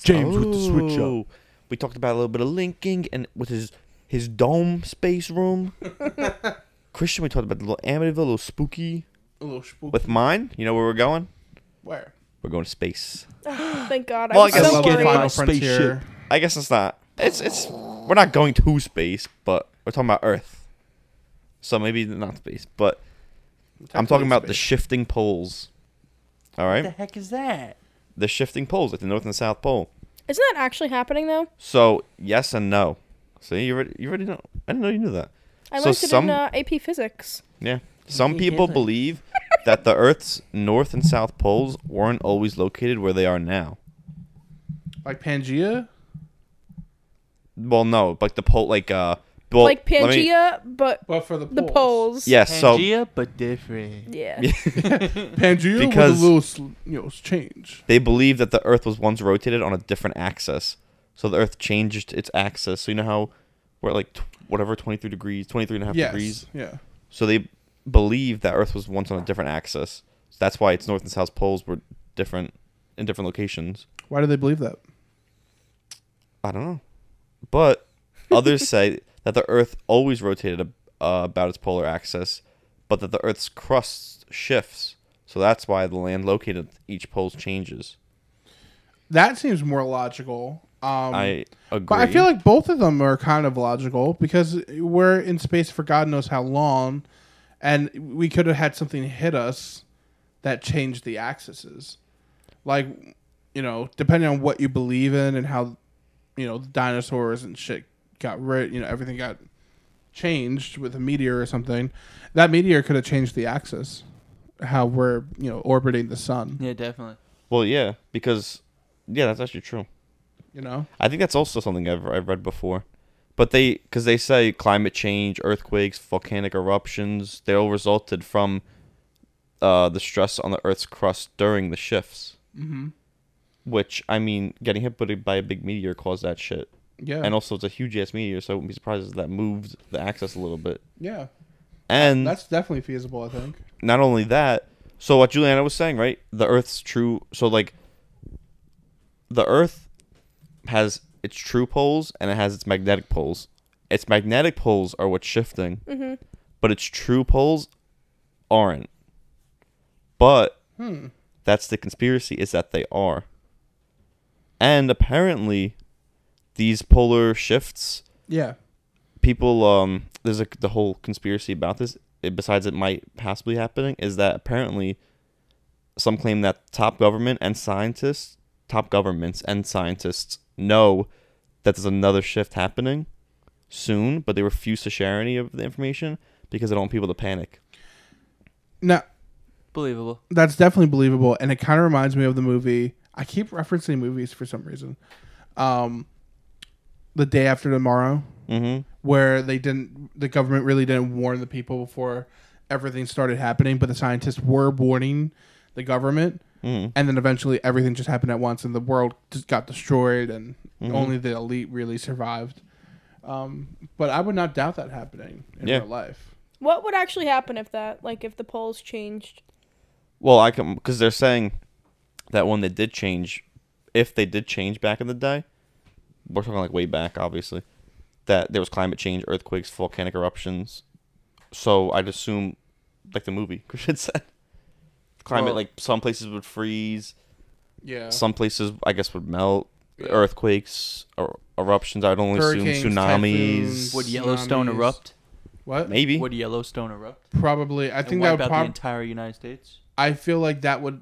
Speaker 1: James with the switch up. We talked about a little bit of linking and with his his dome space room. Christian, we talked about the little Amityville, a little spooky.
Speaker 2: A little spooky.
Speaker 1: With mine, you know where we're going?
Speaker 2: Where?
Speaker 1: We're going to space.
Speaker 4: Thank God.
Speaker 1: Well,
Speaker 4: I'm
Speaker 1: I guess
Speaker 4: so
Speaker 1: I'll get
Speaker 4: worried.
Speaker 3: my spaceship.
Speaker 1: I guess it's not. It's it's we're not going to space, but we're talking about Earth. So maybe not space, but I'm talking about the shifting poles. All
Speaker 3: What the
Speaker 1: right,
Speaker 3: heck is that?
Speaker 1: the shifting poles at the North and South Pole.
Speaker 4: Isn't that actually happening though?
Speaker 1: So yes and no. See, you already you already know. I didn't know you knew that.
Speaker 4: I
Speaker 1: So
Speaker 4: learned it
Speaker 1: some-
Speaker 4: in uh, AP Physics.
Speaker 1: Yeah. Some
Speaker 3: can't
Speaker 1: people
Speaker 3: get it.
Speaker 1: believe that the Earth's North and South poles weren't always located where they are now.
Speaker 2: like Pangea.
Speaker 1: Well, no, like the pole, like uh, well,
Speaker 4: like
Speaker 1: let me-
Speaker 4: Pangea, but
Speaker 2: But for the
Speaker 4: the poles.
Speaker 1: Yeah. So
Speaker 3: Pangea, but different.
Speaker 4: Yeah.
Speaker 2: Pangea was
Speaker 1: Because-
Speaker 2: a little sl- you know change.
Speaker 1: They believe that the Earth was once rotated on a different axis. So the Earth changed its axis. So you know how we're at like tw- whatever 23 degrees, 23 and a half
Speaker 2: Yes.
Speaker 1: degrees.
Speaker 2: Yeah.
Speaker 1: So they believe that Earth was once on a different axis. So that's why its north and south poles were different in different locations.
Speaker 2: Why do they believe that?
Speaker 1: I don't know. But others say that the Earth always rotated a- uh, about its polar axis, but that the Earth's crust shifts. So that's why the land located at each pole changes.
Speaker 2: That seems more logical. Um,
Speaker 1: I agree.
Speaker 2: But I feel like both of them are kind of logical because we're in space for God knows how long, and we could have had something hit us that changed the axes. Like, you know, depending on what you believe in and how, you know, the dinosaurs and shit got rid, you know, everything got changed with a meteor or something. That meteor could have changed the axis, how we're, you know, orbiting the sun,
Speaker 3: Yeah, definitely.
Speaker 1: well, yeah, because yeah, that's actually true.
Speaker 2: you know?
Speaker 1: I think that's also something I've, I've read before. But they, because they say climate change, earthquakes, volcanic eruptions, they all resulted from uh, the stress on the Earth's crust during the shifts.
Speaker 2: Mm-hmm.
Speaker 1: Which, I mean, getting hit by a- by a big meteor caused that shit.
Speaker 2: Yeah.
Speaker 1: And also, it's a huge ass meteor, so I wouldn't be surprised if that moved the axis a little bit.
Speaker 2: yeah.
Speaker 1: And
Speaker 2: That's definitely feasible, I think.
Speaker 1: not only that, so what Juliana was saying, right? The Earth's true. So like, the Earth has its true poles and it has its magnetic poles. Its magnetic poles are what's shifting, but its true poles aren't. But
Speaker 2: Hmm.
Speaker 1: that's the conspiracy is that they are. And apparently, these polar shifts
Speaker 2: Yeah.
Speaker 1: people um there's a the whole conspiracy about this it, besides it might possibly happening is that apparently some claim that top government and scientists top governments and scientists know that there's another shift happening soon but they refuse to share any of the information because they don't want people to panic
Speaker 2: Now,
Speaker 3: Believable.
Speaker 2: that's definitely believable and it kind of reminds me of the movie i keep referencing movies for some reason um the day after tomorrow
Speaker 1: mm-hmm
Speaker 2: where they didn't the government really didn't warn the people before everything started happening but the scientists were warning the government
Speaker 1: Mhm.
Speaker 2: and then eventually everything just happened at once and the world just got destroyed and only the elite really survived um, but i would not doubt that happening in
Speaker 1: Yeah.
Speaker 2: real life
Speaker 4: What would actually happen if that, like, if the polls changed?
Speaker 1: well i can because they're saying that when they did change if they did change back in the day we're talking like way back obviously that there was climate change, earthquakes, volcanic eruptions. So I'd assume, like the movie Christian said, climate
Speaker 3: Well-
Speaker 1: like some places would freeze,
Speaker 2: yeah
Speaker 1: some places I guess would melt.
Speaker 2: Yeah.
Speaker 1: Earthquakes or eruptions. I'd only
Speaker 2: Hurricanes,
Speaker 1: assume tsunamis.
Speaker 2: typhoons.
Speaker 3: Would Yellowstone
Speaker 2: Tsunamis.
Speaker 3: erupt?
Speaker 2: what
Speaker 1: Maybe.
Speaker 3: Would Yellowstone erupt?
Speaker 2: probably i think
Speaker 3: and
Speaker 2: that would
Speaker 3: wipe out the
Speaker 2: probably
Speaker 3: entire United States.
Speaker 2: I feel like that would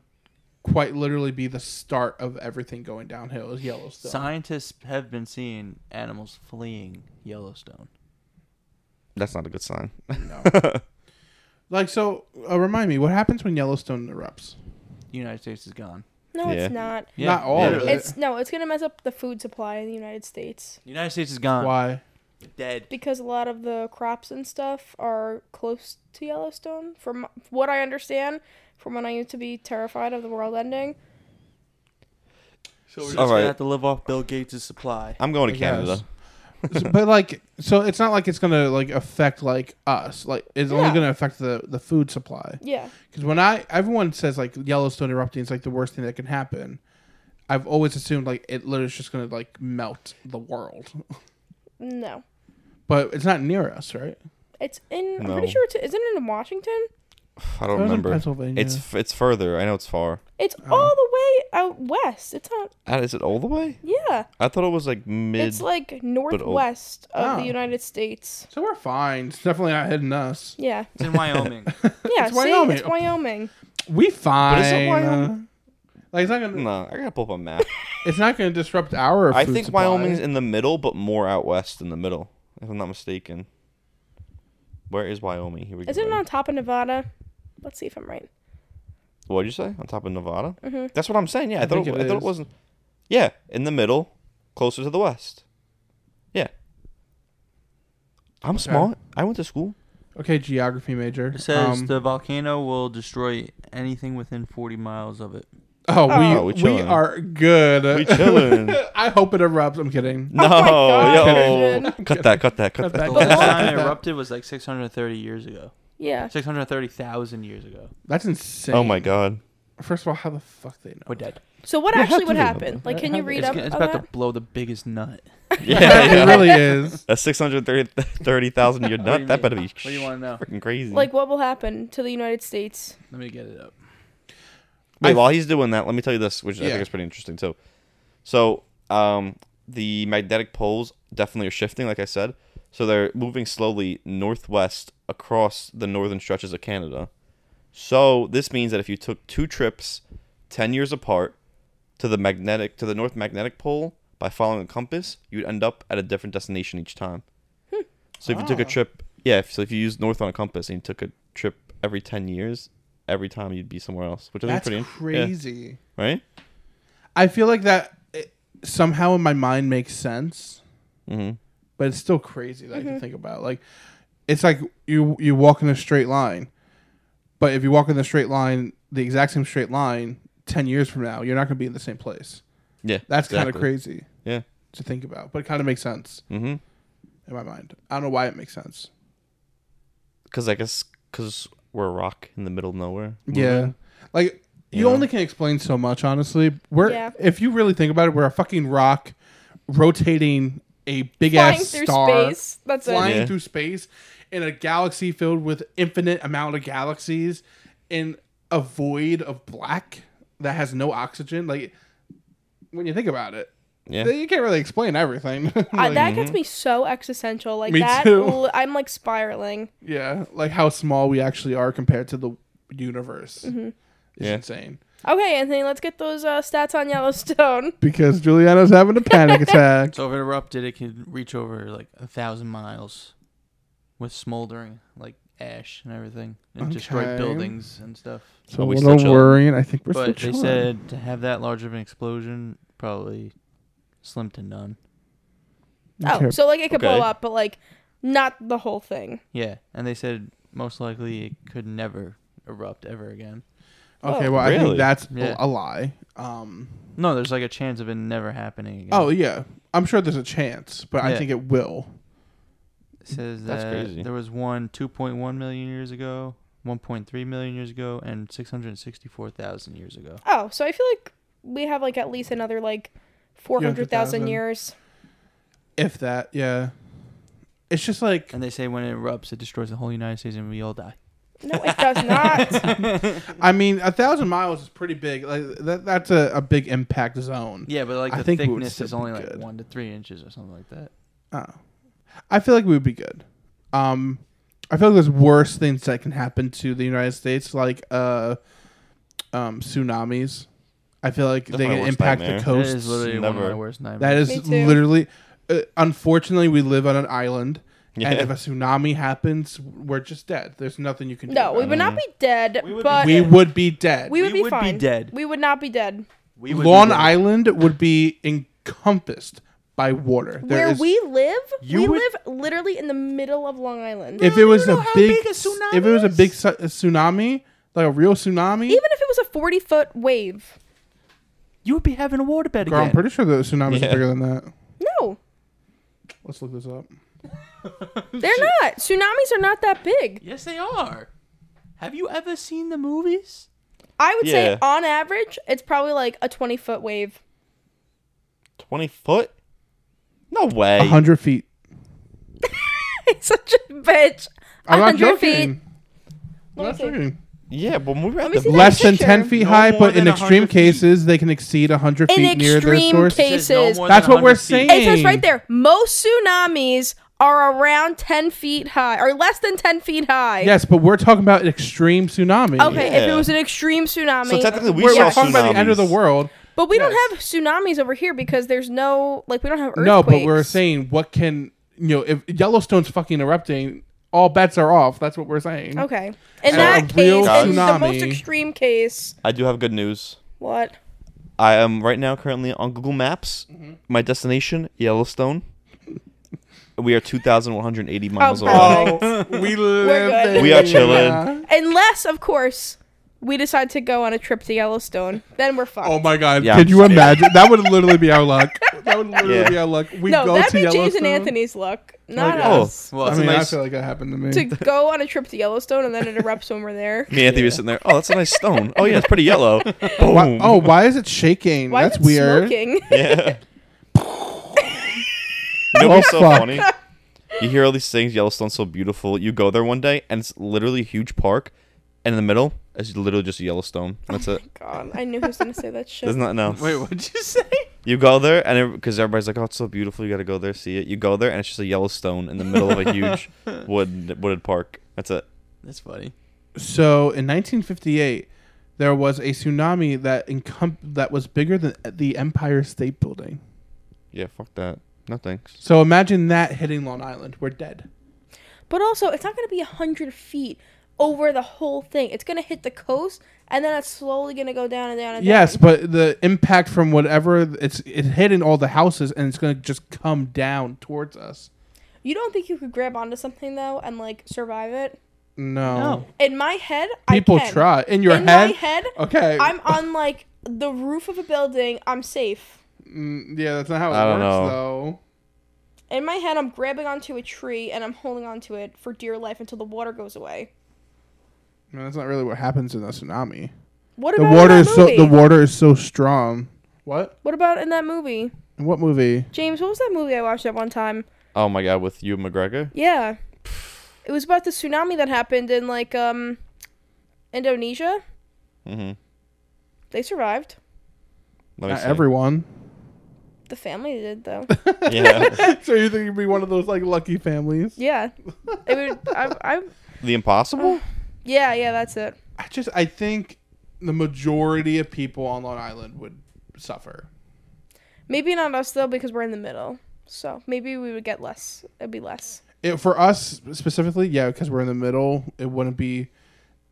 Speaker 2: quite literally be the start of everything going downhill is Yellowstone.
Speaker 3: Scientists have been seeing animals fleeing Yellowstone.
Speaker 1: That's not a good sign.
Speaker 2: like so, uh, remind me what happens when Yellowstone erupts?
Speaker 3: The United States is gone.
Speaker 4: No,
Speaker 1: Yeah.
Speaker 4: it's not.
Speaker 3: Yeah,
Speaker 2: Not all of
Speaker 3: literally.
Speaker 2: it.
Speaker 4: It's no, it's gonna mess up the food supply in the United States
Speaker 3: The United States is gone.
Speaker 2: Why?
Speaker 3: Dead.
Speaker 4: because a lot of the crops and stuff are close to Yellowstone. From what I understand, from when I used to be terrified of the world ending.
Speaker 3: So we're
Speaker 1: All
Speaker 3: just gonna
Speaker 1: right.
Speaker 3: have to live off Bill Gates' supply.
Speaker 1: I'm going to
Speaker 2: I
Speaker 1: Canada.
Speaker 2: So- but like, so it's not like it's gonna like affect like us. Like, it's only
Speaker 4: Yeah.
Speaker 2: gonna affect the the food supply.
Speaker 4: Yeah,
Speaker 2: Because when I everyone says like Yellowstone erupting is like the worst thing that can happen. I've always assumed like it literally is just gonna like melt the world,
Speaker 4: no,
Speaker 2: but it's not near us, right?
Speaker 4: it's in. I'm
Speaker 1: No.
Speaker 4: pretty sure it's isn't it in Washington.
Speaker 1: I
Speaker 2: It
Speaker 1: don't
Speaker 2: was in
Speaker 1: remember.
Speaker 2: Pennsylvania.
Speaker 1: It's f- it's further. I know it's far.
Speaker 4: It's all the way out west. It's not.
Speaker 1: Ah, Is it all the way?
Speaker 4: Yeah,
Speaker 1: I thought it was like mid.
Speaker 4: it's like northwest of
Speaker 2: Oh.
Speaker 4: the United States.
Speaker 2: so we're fine. It's definitely not hitting us.
Speaker 4: Yeah,
Speaker 3: It's in Wyoming.
Speaker 4: yeah. see,
Speaker 2: Wyoming.
Speaker 4: it's Wyoming.
Speaker 2: We fine.
Speaker 1: But is it Wyoming?
Speaker 2: Like it's not gonna.
Speaker 1: no, I gotta pull up a map.
Speaker 2: It's not gonna disrupt our.
Speaker 1: I
Speaker 2: food
Speaker 1: think
Speaker 2: supply.
Speaker 1: Wyoming's in the middle, but more out west in the middle, if I'm not mistaken. Where is Wyoming? Here we
Speaker 4: Is
Speaker 1: go.
Speaker 4: it on top of Nevada? Let's see if I'm right.
Speaker 1: What'd you say? On top of Nevada?
Speaker 4: Mm-hmm.
Speaker 1: That's what I'm saying. Yeah, I,
Speaker 2: I
Speaker 1: thought,
Speaker 2: think
Speaker 1: it,
Speaker 2: it
Speaker 1: I thought
Speaker 2: is.
Speaker 1: it wasn't. Yeah, in the middle, closer to the west. Yeah. I'm smart. I went to school.
Speaker 2: Okay, geography major.
Speaker 3: It says
Speaker 2: Um,
Speaker 3: the volcano will destroy anything within 40 miles of it.
Speaker 2: oh, we
Speaker 4: Oh,
Speaker 1: we
Speaker 2: we,
Speaker 1: chillin'.
Speaker 2: are good.
Speaker 1: We chillin'.
Speaker 2: I hope it erupts. I'm kidding.
Speaker 4: Oh
Speaker 1: No,
Speaker 4: God,
Speaker 1: yo,
Speaker 4: Christian.
Speaker 1: cut that, cut that, cut
Speaker 2: Cut
Speaker 1: that. Oh
Speaker 3: The
Speaker 2: that.
Speaker 3: last time it
Speaker 2: That-
Speaker 3: erupted was like 630 years ago.
Speaker 4: Yeah.
Speaker 3: 630,000 years ago.
Speaker 2: That's insane.
Speaker 1: Oh my god.
Speaker 2: First of all, how the fuck they know?
Speaker 3: We're dead.
Speaker 4: So what
Speaker 1: Yeah, how
Speaker 4: actually
Speaker 1: do
Speaker 4: would
Speaker 1: they know
Speaker 4: happen?
Speaker 1: that?
Speaker 4: Like, can you
Speaker 2: How-
Speaker 4: read
Speaker 3: It's,
Speaker 4: up
Speaker 3: g- it's
Speaker 4: on
Speaker 3: about
Speaker 4: that?
Speaker 3: to blow the biggest nut.
Speaker 1: Yeah,
Speaker 2: it really is.
Speaker 1: A 630,000 year
Speaker 3: What do you
Speaker 1: nut? That
Speaker 3: mean?
Speaker 1: better be
Speaker 3: What do you want to know?
Speaker 1: freaking crazy.
Speaker 4: Like, what will happen to the United States?
Speaker 3: Let me get it up.
Speaker 1: Wait,
Speaker 2: I-
Speaker 1: while he's doing that, let me tell you this, which I
Speaker 2: Yeah.
Speaker 1: think is pretty interesting too. So, um, the magnetic poles definitely are shifting, like I said. So they're moving slowly northwest across the northern stretches of Canada. So this means that if you took two trips, ten years apart, to the magnetic to the north magnetic pole by following a compass, you'd end up at a different destination each time. So if you took a
Speaker 2: Ah.
Speaker 1: trip, yeah, if, so if you used north on a compass and you took a trip every ten years, every time you'd be somewhere else, which I think is
Speaker 2: That's
Speaker 1: pretty in- yeah.
Speaker 2: crazy.
Speaker 1: Right?
Speaker 2: I feel like that it, somehow in my mind makes sense,
Speaker 1: Mm-hmm.
Speaker 2: but it's still crazy that I
Speaker 4: Mm-hmm.
Speaker 2: can think about. Like, it's like you you walk in a straight line, but if you walk in the straight line, the exact same straight line, ten years from now, you're not going to be in the same place.
Speaker 1: Yeah.
Speaker 2: That's kind of crazy
Speaker 1: Yeah.
Speaker 2: to think about, but it kind of makes sense
Speaker 1: Mm-hmm.
Speaker 2: in my mind. I don't know why it makes sense.
Speaker 1: Because I guess because we're a rock in the middle of nowhere.
Speaker 2: Yeah, like you
Speaker 1: Mm-hmm. Yeah.
Speaker 2: only can explain so much. Honestly, we're
Speaker 4: Yeah.
Speaker 2: if you really think about it, we're a fucking rock rotating a big
Speaker 4: Flying
Speaker 2: ass
Speaker 4: through
Speaker 2: star.
Speaker 4: space. That's it.
Speaker 2: flying
Speaker 1: Yeah.
Speaker 2: through space in a galaxy filled with infinite amount of galaxies in a void of black that has no oxygen like when you think about it
Speaker 1: Yeah.
Speaker 2: you can't really explain everything
Speaker 4: Uh,
Speaker 2: Like,
Speaker 4: that gets me so existential. Like
Speaker 2: Me
Speaker 4: that,
Speaker 2: too.
Speaker 4: l- I'm like spiraling.
Speaker 2: yeah like how small we actually are compared to the universe
Speaker 4: Mm-hmm.
Speaker 2: it's
Speaker 1: Yeah.
Speaker 2: insane
Speaker 4: Okay, Anthony, let's get those uh, stats on Yellowstone.
Speaker 2: because juliana's having a panic attack
Speaker 3: So if it erupted, it could reach over like a thousand miles with smoldering like ash and everything and
Speaker 2: Okay.
Speaker 3: destroy buildings and stuff.
Speaker 2: so
Speaker 1: Are we
Speaker 2: we're
Speaker 1: still
Speaker 2: not
Speaker 1: chilling?
Speaker 2: worrying i think we're still
Speaker 3: but they
Speaker 2: chilling.
Speaker 3: said to have that large of an explosion, probably slim to none.
Speaker 4: Oh,
Speaker 2: Okay.
Speaker 4: so like it could blow
Speaker 1: Okay.
Speaker 4: up, but like not the whole thing.
Speaker 3: Yeah, and they said most likely it could never erupt ever again.
Speaker 2: okay well i think
Speaker 1: Really?
Speaker 2: that's a-
Speaker 3: Yeah.
Speaker 2: a lie um
Speaker 3: No, there's like a chance of it never happening again.
Speaker 2: oh yeah i'm sure there's a chance but i
Speaker 3: Yeah.
Speaker 2: think it will
Speaker 3: It says
Speaker 1: That's
Speaker 3: that
Speaker 1: crazy.
Speaker 3: there was one 2.1 million years ago, 1.3 million years ago, and 664,000 years ago.
Speaker 4: Oh, so I feel like we have like at least another like four hundred thousand
Speaker 2: 400,000.
Speaker 4: years.
Speaker 2: If that, yeah. It's just like
Speaker 3: And they say when it erupts, it destroys the whole United States and we all die.
Speaker 4: No, it does not.
Speaker 2: I mean, a thousand miles is pretty big. Like that, that's a, a big impact zone.
Speaker 3: Yeah, but like
Speaker 2: I
Speaker 3: the
Speaker 2: think we would
Speaker 3: thickness
Speaker 2: still
Speaker 3: is
Speaker 2: be
Speaker 3: only like
Speaker 2: good.
Speaker 3: one to three inches or something like that.
Speaker 2: Oh. I feel like we would be good. Um, I feel like there's worse things that can happen to the United States, like uh, um, tsunamis. I feel like
Speaker 1: That's
Speaker 2: they
Speaker 1: my
Speaker 2: can
Speaker 1: worst
Speaker 2: impact
Speaker 1: nightmare.
Speaker 2: the
Speaker 1: That
Speaker 3: that is
Speaker 2: coast.
Speaker 3: literally one of my
Speaker 1: never-
Speaker 3: worst nightmares.
Speaker 2: That
Speaker 4: Me
Speaker 2: is
Speaker 4: too.
Speaker 2: literally. Uh, unfortunately, we live on an island,
Speaker 1: Yeah.
Speaker 2: and if a tsunami happens, we're just dead. There's nothing you can do.
Speaker 4: No, we
Speaker 2: about
Speaker 4: would
Speaker 2: it.
Speaker 4: not be dead,
Speaker 3: Uh, We would be
Speaker 4: but
Speaker 2: We would be dead.
Speaker 4: we would
Speaker 3: We
Speaker 4: be
Speaker 3: would be
Speaker 4: fine.
Speaker 3: dead.
Speaker 4: We would not be dead.
Speaker 3: we
Speaker 2: Long Island would be encompassed by water. There
Speaker 4: Where
Speaker 2: is-
Speaker 4: we live,
Speaker 3: You
Speaker 4: we
Speaker 3: would-
Speaker 4: live literally in the middle of Long Island.
Speaker 2: if it was
Speaker 3: know
Speaker 2: a
Speaker 3: how
Speaker 2: big,
Speaker 3: big a
Speaker 2: s-
Speaker 3: tsunami
Speaker 2: if it was a
Speaker 3: is?
Speaker 2: big su- a tsunami, like a real tsunami,
Speaker 4: Even if it was a forty foot wave,
Speaker 3: you would be having a waterbed
Speaker 2: girl, I'm
Speaker 3: again.
Speaker 2: pretty sure the tsunamis
Speaker 1: Yeah.
Speaker 2: are bigger than that.
Speaker 4: no,
Speaker 2: Let's look this up.
Speaker 4: they're not. Tsunamis are not that big.
Speaker 3: yes, they are. Have you ever seen the movies?
Speaker 4: I would
Speaker 1: Yeah.
Speaker 4: say on average, it's probably like a twenty foot wave.
Speaker 1: 20 foot? No way.
Speaker 2: A hundred feet.
Speaker 4: He's such a bitch.
Speaker 2: I'm not
Speaker 4: 100 feet.
Speaker 2: joking. I'm
Speaker 4: Let
Speaker 2: not
Speaker 4: me see.
Speaker 2: joking.
Speaker 1: Yeah, but when we were at
Speaker 4: me
Speaker 1: the
Speaker 4: see that.
Speaker 2: Less than
Speaker 4: picture.
Speaker 2: ten feet
Speaker 1: No
Speaker 2: high,
Speaker 1: more
Speaker 2: but
Speaker 1: than
Speaker 2: in
Speaker 1: 100
Speaker 2: extreme
Speaker 1: feet.
Speaker 2: cases, they can exceed hundred
Speaker 4: In
Speaker 2: feet near their
Speaker 4: extreme
Speaker 2: source.
Speaker 4: case-
Speaker 3: It says no
Speaker 4: Cases.
Speaker 3: more than
Speaker 2: That's what we're
Speaker 3: 100 feet.
Speaker 2: saying.
Speaker 4: It says right there, most tsunamis are around 10 feet high or less than 10 feet high.
Speaker 2: Yes, but we're talking about an extreme tsunami.
Speaker 4: Okay, if it
Speaker 1: Yeah.
Speaker 4: was an extreme tsunami.
Speaker 1: So technically we
Speaker 2: We're,
Speaker 1: saw
Speaker 2: we're talking about the end of the
Speaker 1: tsunamis.
Speaker 2: world.
Speaker 4: but we
Speaker 2: yes.
Speaker 4: don't have tsunamis over here because there's no, like, we don't have earthquakes.
Speaker 2: No, but we're saying what can you know if Yellowstone's fucking erupting, all bets are off. That's what we're saying.
Speaker 4: Okay. In
Speaker 2: So
Speaker 4: that
Speaker 2: a real
Speaker 4: case, in the
Speaker 2: tsunami-
Speaker 4: most extreme case,
Speaker 1: I do have good news.
Speaker 4: what?
Speaker 1: I am right now currently on Google Maps.
Speaker 2: Mm-hmm.
Speaker 1: My destination, Yellowstone. We are 2,180 miles away.
Speaker 4: perfect.
Speaker 2: we live.
Speaker 4: good.
Speaker 1: We are chilling.
Speaker 4: Unless, of course, we decide to go on a trip to Yellowstone, then we're fucked.
Speaker 2: Oh my god!
Speaker 1: Yeah.
Speaker 2: Can you imagine? that would literally be our luck. That would literally
Speaker 1: Yeah.
Speaker 2: be our luck. We
Speaker 4: no,
Speaker 2: go
Speaker 4: that'd
Speaker 2: to
Speaker 4: be
Speaker 2: Yellowstone.
Speaker 4: James and Anthony's luck, not
Speaker 2: Like,
Speaker 1: oh.
Speaker 4: us.
Speaker 3: Well,
Speaker 2: I
Speaker 1: That's a
Speaker 2: mean, I
Speaker 1: nice-
Speaker 2: feel like that happened to me.
Speaker 4: To go on a trip to Yellowstone and then it erupts when we're there.
Speaker 1: Me and Anthony was sitting there. Oh, that's a nice stone. Oh yeah, it's pretty yellow. Boom.
Speaker 2: Why- oh, why is it shaking?
Speaker 4: Why
Speaker 2: That's
Speaker 4: is it
Speaker 2: weird.
Speaker 4: smoking?
Speaker 1: Yeah. you know
Speaker 2: Oh,
Speaker 1: what's so
Speaker 2: fuck.
Speaker 1: funny? You hear all these things, Yellowstone's so beautiful. You go there one day and it's literally a huge park, and in the middle is literally just Yellowstone. That's it.
Speaker 4: God, I knew he was gonna say that shit.
Speaker 1: There's nothing else.
Speaker 3: Wait, what'd you say?
Speaker 1: You go there and because everybody's like, "Oh, it's so beautiful. You got to go there, see it." You go there and it's just a Yellowstone in the middle of a huge wood wooded park. That's it.
Speaker 3: That's funny.
Speaker 2: So in 1958, there was a tsunami that encom- that was bigger than the Empire State Building.
Speaker 1: Yeah, fuck that. No thanks.
Speaker 2: So imagine that hitting Long Island. We're dead.
Speaker 4: But also, it's not gonna be a hundred feet over the whole thing. It's gonna hit the coast, and then it's slowly gonna go down and down and
Speaker 2: Yes,
Speaker 4: down.
Speaker 2: but the impact from whatever it's it hit in all the houses and it's gonna just come down towards us.
Speaker 4: You don't think you could grab onto something though and like survive it?
Speaker 2: No,
Speaker 3: No.
Speaker 4: In my head,
Speaker 2: people
Speaker 4: I can.
Speaker 2: try in your
Speaker 4: In
Speaker 2: head.
Speaker 4: my head,
Speaker 2: Okay,
Speaker 4: I'm on like the roof of a building. I'm safe.
Speaker 2: Mm, yeah, that's not how it
Speaker 1: I don't
Speaker 2: works
Speaker 1: know.
Speaker 2: though.
Speaker 4: In my head, I'm grabbing onto a tree and I'm holding onto it for dear life until the water goes away.
Speaker 2: I mean, that's not really what happens in a tsunami.
Speaker 4: What
Speaker 2: The
Speaker 4: about
Speaker 2: water
Speaker 4: in that
Speaker 2: is so
Speaker 4: movie?
Speaker 2: the water is so strong. What?
Speaker 4: what about in that movie?
Speaker 2: In what movie?
Speaker 4: James, what was that movie I watched at one time?
Speaker 1: Oh my god, with you McGregor.
Speaker 4: Yeah. It was about the tsunami that happened in like um Indonesia.
Speaker 1: Mm-hmm.
Speaker 4: They survived.
Speaker 1: Let me
Speaker 2: Not
Speaker 1: see.
Speaker 2: everyone.
Speaker 4: The family did though.
Speaker 1: Yeah,
Speaker 2: so you think you'd be one of those like lucky families?
Speaker 4: yeah. It would I I
Speaker 1: the impossible.
Speaker 4: yeah, yeah, that's it.
Speaker 2: I just I think the majority of people on Long Island would suffer.
Speaker 4: Maybe not us though because we're in the middle. So maybe we would get less. It'd be less.
Speaker 2: It, for us specifically, yeah, because we're in the middle, it wouldn't be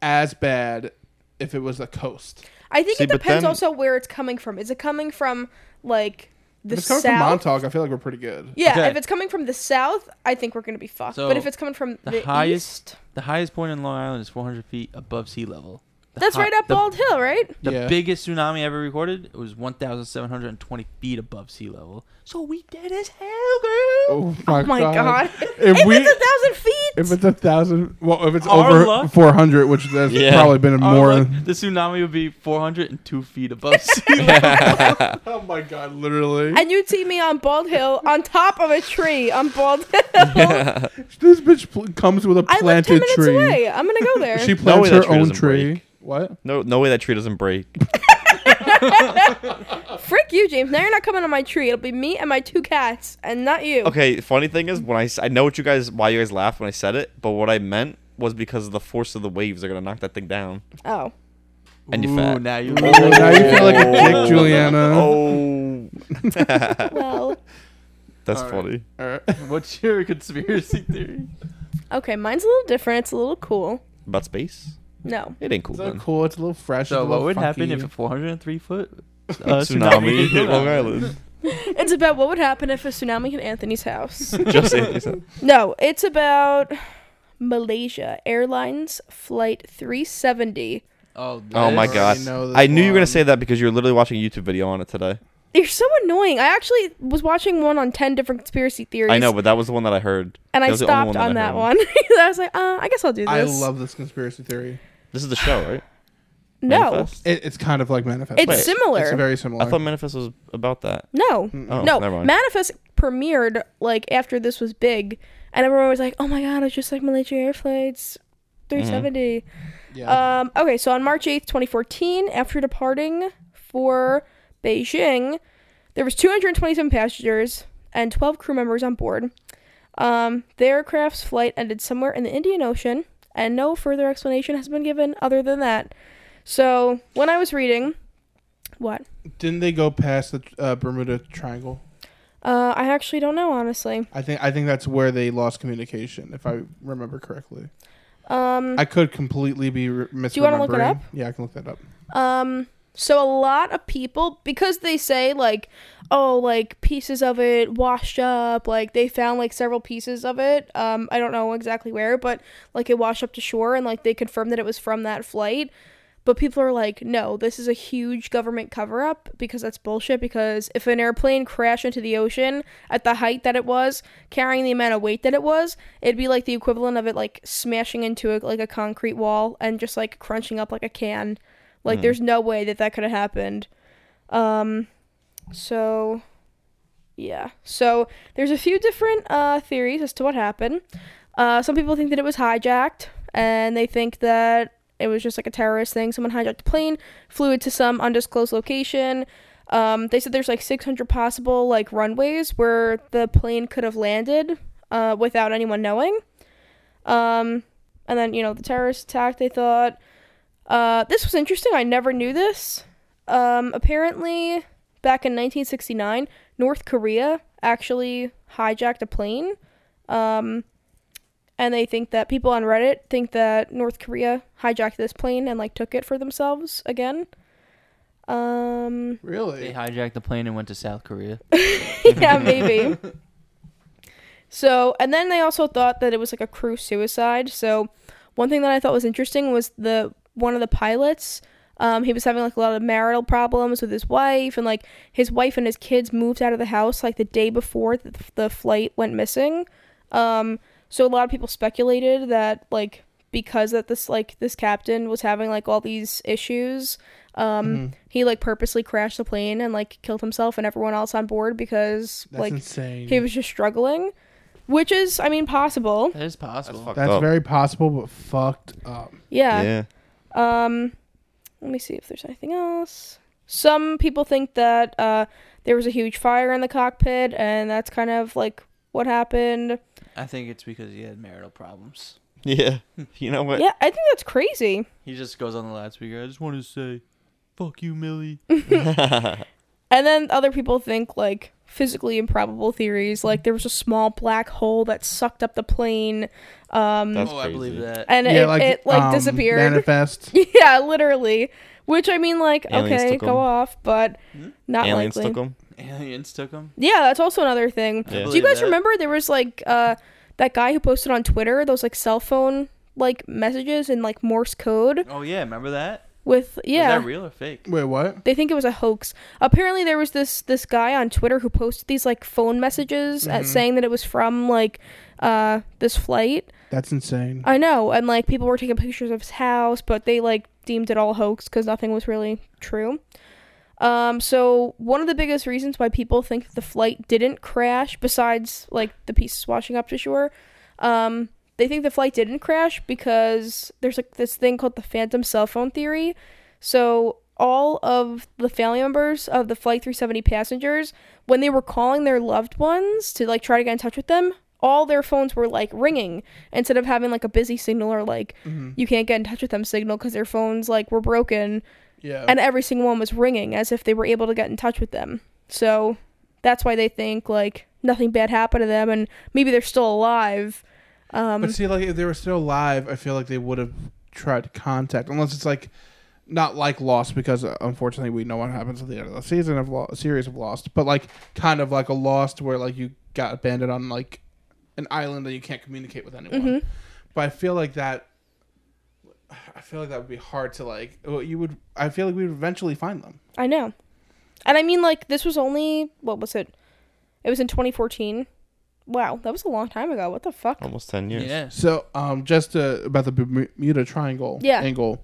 Speaker 2: as bad if it was the coast.
Speaker 4: I think
Speaker 1: See,
Speaker 4: it
Speaker 1: but
Speaker 4: depends
Speaker 1: then-
Speaker 4: also where it's coming from. Is it coming from like the
Speaker 2: if it's coming
Speaker 4: south?
Speaker 2: from Montauk, I feel like we're pretty good.
Speaker 4: Yeah,
Speaker 3: Okay.
Speaker 4: if it's coming from the south, I think we're gonna be fucked.
Speaker 3: So,
Speaker 4: but if it's coming from
Speaker 3: the
Speaker 4: the,
Speaker 3: highest-
Speaker 4: east,
Speaker 3: The highest point in Long Island is 400 feet above sea level. The
Speaker 4: that's
Speaker 3: hi-
Speaker 4: right up
Speaker 3: the,
Speaker 4: Bald Hill, right?
Speaker 3: The
Speaker 2: Yeah.
Speaker 3: biggest tsunami ever recorded it was 1,720 feet above sea level. So we dead as hell, girl.
Speaker 2: Oh my,
Speaker 4: Oh my
Speaker 2: god.
Speaker 4: god!
Speaker 2: If
Speaker 4: If,
Speaker 2: we-
Speaker 4: it's a thousand feet,
Speaker 2: If it's a thousand, well, if it's
Speaker 3: Our
Speaker 2: over
Speaker 3: luck.
Speaker 2: four hundred, which there's
Speaker 1: Yeah.
Speaker 2: probably been
Speaker 3: Our
Speaker 2: more.
Speaker 3: luck, the tsunami would be 402 feet above sea level.
Speaker 2: oh my god, literally,
Speaker 4: and you'd see me on Bald Hill on top of a tree on Bald Hill.
Speaker 2: this bitch pl- comes with a
Speaker 4: I live ten
Speaker 2: planted
Speaker 4: minutes
Speaker 2: tree.
Speaker 4: away. I'm gonna go there.
Speaker 2: She
Speaker 1: No way
Speaker 2: plants
Speaker 1: that
Speaker 2: her
Speaker 1: tree
Speaker 2: own
Speaker 1: doesn't
Speaker 2: tree.
Speaker 1: break.
Speaker 2: What?
Speaker 1: No, no way that tree doesn't break.
Speaker 4: Frick you, James. Now you're not coming on my tree. It'll be me and my two cats, and not you.
Speaker 1: Okay, funny thing is when I s- I know what you guys why you guys laughed when I said it, but what I meant was because of the force of the waves, they're gonna knock that thing down.
Speaker 4: Oh,
Speaker 1: And you
Speaker 3: Ooh,
Speaker 1: fat.
Speaker 3: now you.
Speaker 2: now you feel like a dick,
Speaker 1: Oh.
Speaker 2: Juliana.
Speaker 1: Oh,
Speaker 4: well.
Speaker 1: that's
Speaker 3: All right.
Speaker 1: funny.
Speaker 2: All right.
Speaker 3: What's your conspiracy theory?
Speaker 4: Okay, mine's a little different. It's a little cool.
Speaker 1: About space,
Speaker 4: No.
Speaker 1: it ain't cool.
Speaker 2: It's a little
Speaker 1: Then.
Speaker 2: cool. It's a little fresh.
Speaker 3: So
Speaker 2: it's a
Speaker 3: what
Speaker 2: little
Speaker 3: would happen
Speaker 2: funky.
Speaker 3: if a 403 foot uh,
Speaker 1: Tsunami
Speaker 3: tsunami hit
Speaker 1: hit Long
Speaker 3: Long
Speaker 1: Island.
Speaker 4: It's about what would happen if a tsunami hit Anthony's house.
Speaker 1: Just Anthony said.
Speaker 4: no, it's about Malaysia Airlines Flight 370.
Speaker 3: Oh,
Speaker 1: Oh my
Speaker 3: this.
Speaker 1: god!
Speaker 2: know this
Speaker 1: I knew you were
Speaker 2: one.
Speaker 1: gonna say that because you were literally watching a YouTube video on it today.
Speaker 4: You're so annoying. I actually was watching one on 10 different conspiracy theories.
Speaker 1: I know, but that was the one that I heard.
Speaker 4: and
Speaker 1: That
Speaker 4: I
Speaker 1: was the only
Speaker 4: stopped
Speaker 1: I
Speaker 4: on that
Speaker 1: heard.
Speaker 4: one. I was like, uh, I guess I'll do this.
Speaker 2: I love this conspiracy theory.
Speaker 1: This is the show, right?
Speaker 4: No.
Speaker 1: Manifest?
Speaker 2: It, it's kind of like manifest.
Speaker 4: It's
Speaker 1: Wait,
Speaker 4: similar.
Speaker 2: It's very similar.
Speaker 1: I thought Manifest was about that.
Speaker 4: No.
Speaker 1: Oh,
Speaker 4: no.
Speaker 1: never mind.
Speaker 4: Manifest premiered like after this was big and everyone was like, "Oh my god, it's just like Malaysia Air flights
Speaker 1: Mm-hmm.
Speaker 4: 370."
Speaker 2: yeah.
Speaker 4: Um, okay, so on March 8th, 2014, after departing for Beijing, there was 227 passengers and 12 crew members on board. Um, the aircraft's flight ended somewhere in the Indian Ocean, and no further explanation has been given other than that. So, when I was reading, what?
Speaker 2: Didn't they go past the uh, Bermuda Triangle?
Speaker 4: Uh, I actually don't know, honestly.
Speaker 2: I think I think that's where they lost communication, if I remember correctly.
Speaker 4: Um,
Speaker 2: I could completely be re- misremembering.
Speaker 4: you wanna look it up?
Speaker 2: Yeah, I can look that up.
Speaker 4: Um, so a lot of people, because they say like, oh, like pieces of it washed up, like they found like several pieces of it. Um, I don't know exactly where, but like it washed up to shore, and like they confirmed that it was from that flight. But people are like, no, this is a huge government cover up because that's bullshit. Because if an airplane crashed into the ocean at the height that it was, carrying the amount of weight that it was, it'd be like the equivalent of it like smashing into a, like a concrete wall and just like crunching up like a can. Like, there's no way that that could have happened. Um, so yeah. So there's a few different uh, theories as to what happened. Uh, some people think that it was hijacked, and they think that it was just like a terrorist thing. Someone hijacked a plane, flew it to some undisclosed location. Um, they said there's like 600 possible like runways where the plane could have landed uh, without anyone knowing. Um, and then you know the terrorist attack. They thought uh, this was interesting. I never knew this. Um, apparently, back in 1969, North Korea actually hijacked a plane. Um, and they think that people on Reddit think that North Korea hijacked this plane and like took it for themselves again. Um,
Speaker 2: Really?
Speaker 3: They hijacked the plane and went to South Korea.
Speaker 4: yeah, maybe. so, and then they also thought that it was like a crew suicide. So, one thing that I thought was interesting was the one of the pilots. Um, he was having like a lot of marital problems with his wife, and like his wife and his kids moved out of the house like the day before the, the flight went missing. Um, so a lot of people speculated that like because that this like this captain was having like all these issues, um,
Speaker 2: Mm-hmm.
Speaker 4: he like purposely crashed the plane and like killed himself and everyone else on board because
Speaker 2: That's
Speaker 4: like
Speaker 2: insane.
Speaker 4: he was just struggling, which is I mean possible.
Speaker 3: That is possible.
Speaker 1: fucked
Speaker 2: That's
Speaker 1: up.
Speaker 2: very possible, but fucked up.
Speaker 4: Yeah.
Speaker 1: yeah.
Speaker 4: Um, let me see if there's anything else. Some people think that uh, there was a huge fire in the cockpit, and that's kind of like what happened.
Speaker 3: I think it's because he had marital problems.
Speaker 1: Yeah. You know what?
Speaker 4: yeah, I think that's crazy.
Speaker 3: He just goes on the loudspeaker. I just want to say, fuck you, Millie.
Speaker 4: And then other people think like physically improbable theories, like there was a small black hole that sucked up the plane, um,
Speaker 1: That's
Speaker 3: oh, I believe
Speaker 1: crazy.
Speaker 3: that.
Speaker 4: and it, it like
Speaker 2: um,
Speaker 4: disappeared.
Speaker 2: Manifest.
Speaker 4: yeah, literally. Which I mean, like,
Speaker 1: Aliens
Speaker 4: okay,
Speaker 1: took 'em.
Speaker 4: go off, but not
Speaker 1: Aliens
Speaker 4: likely.
Speaker 1: took him.
Speaker 3: Hmm? Aliens took him.
Speaker 4: Yeah, that's also another thing.
Speaker 1: Yeah.
Speaker 4: Do you
Speaker 3: Believe
Speaker 4: guys
Speaker 3: that.
Speaker 4: remember there was like uh that guy who posted on Twitter those like cell phone like messages in like Morse code
Speaker 3: Oh yeah, remember that?
Speaker 4: with yeah.
Speaker 3: Was that real or fake?
Speaker 2: Wait, what?
Speaker 4: they think it was a hoax. Apparently, there was this this guy on Twitter who posted these like phone messages
Speaker 3: Mm-hmm.
Speaker 4: at saying that it was from like uh this flight.
Speaker 2: That's insane.
Speaker 4: I know, and like people were taking pictures of his house, but they like deemed it all a hoax because nothing was really true. Um, so one of the biggest reasons why people think that the flight didn't crash, besides like the pieces washing up to shore, um, they think the flight didn't crash because there's like this thing called the phantom cell phone theory. So all of the family members of the flight 370 passengers, when they were calling their loved ones to like try to get in touch with them, all their phones were like ringing instead of having like a busy signal or like
Speaker 2: Mm-hmm.
Speaker 4: you can't get in touch with them signal because their phones like were broken
Speaker 2: yeah.
Speaker 4: and every single one was ringing as if they were able to get in touch with them. So that's why they think like nothing bad happened to them and maybe they're still alive. Um,
Speaker 2: But see, like if they were still alive, I feel like they would have tried to contact, unless it's like not like Lost, because uh, unfortunately we know what happens at the end of the season of Lost, series of Lost, but like kind of like a Lost where like you got abandoned on like an island that you can't communicate with anyone.
Speaker 4: Mm-hmm.
Speaker 2: But I feel like that. I feel like that would be hard to like. Well, you would. I feel like we would eventually find them.
Speaker 4: I know. And I mean, like, this was only, what was it? It was in 2014. Wow, that was a long time ago. What the fuck?
Speaker 1: Almost 10 years.
Speaker 3: Yeah.
Speaker 2: So, um, just uh, about the Bermuda Triangle
Speaker 4: Yeah.
Speaker 2: angle,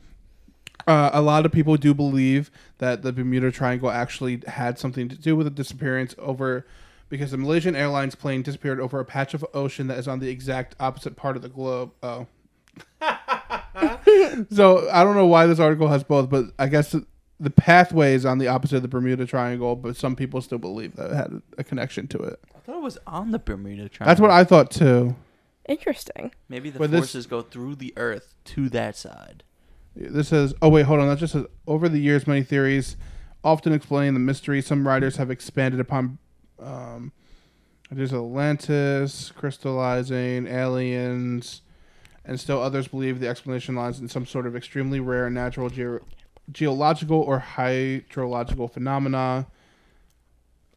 Speaker 2: uh, a lot of people do believe that the Bermuda Triangle actually had something to do with the disappearance over because the Malaysian Airlines plane disappeared over a patch of ocean that is on the exact opposite part of the globe. Oh. so, I don't know why this article has both, but I guess the- the pathway is on the opposite of the Bermuda Triangle, but some people still believe that it had a connection to it.
Speaker 3: I thought it was on the Bermuda Triangle.
Speaker 2: That's what I thought too.
Speaker 4: Interesting.
Speaker 3: Maybe the
Speaker 2: Well, this-
Speaker 3: forces go through the Earth to that side.
Speaker 2: This says, oh wait, hold on. That just says, over the years, many theories often explain the mystery. Some writers have expanded upon. Um, there's Atlantis, crystallizing, aliens, and still others believe the explanation lies in some sort of extremely rare natural ge- geological or hydrological phenomena.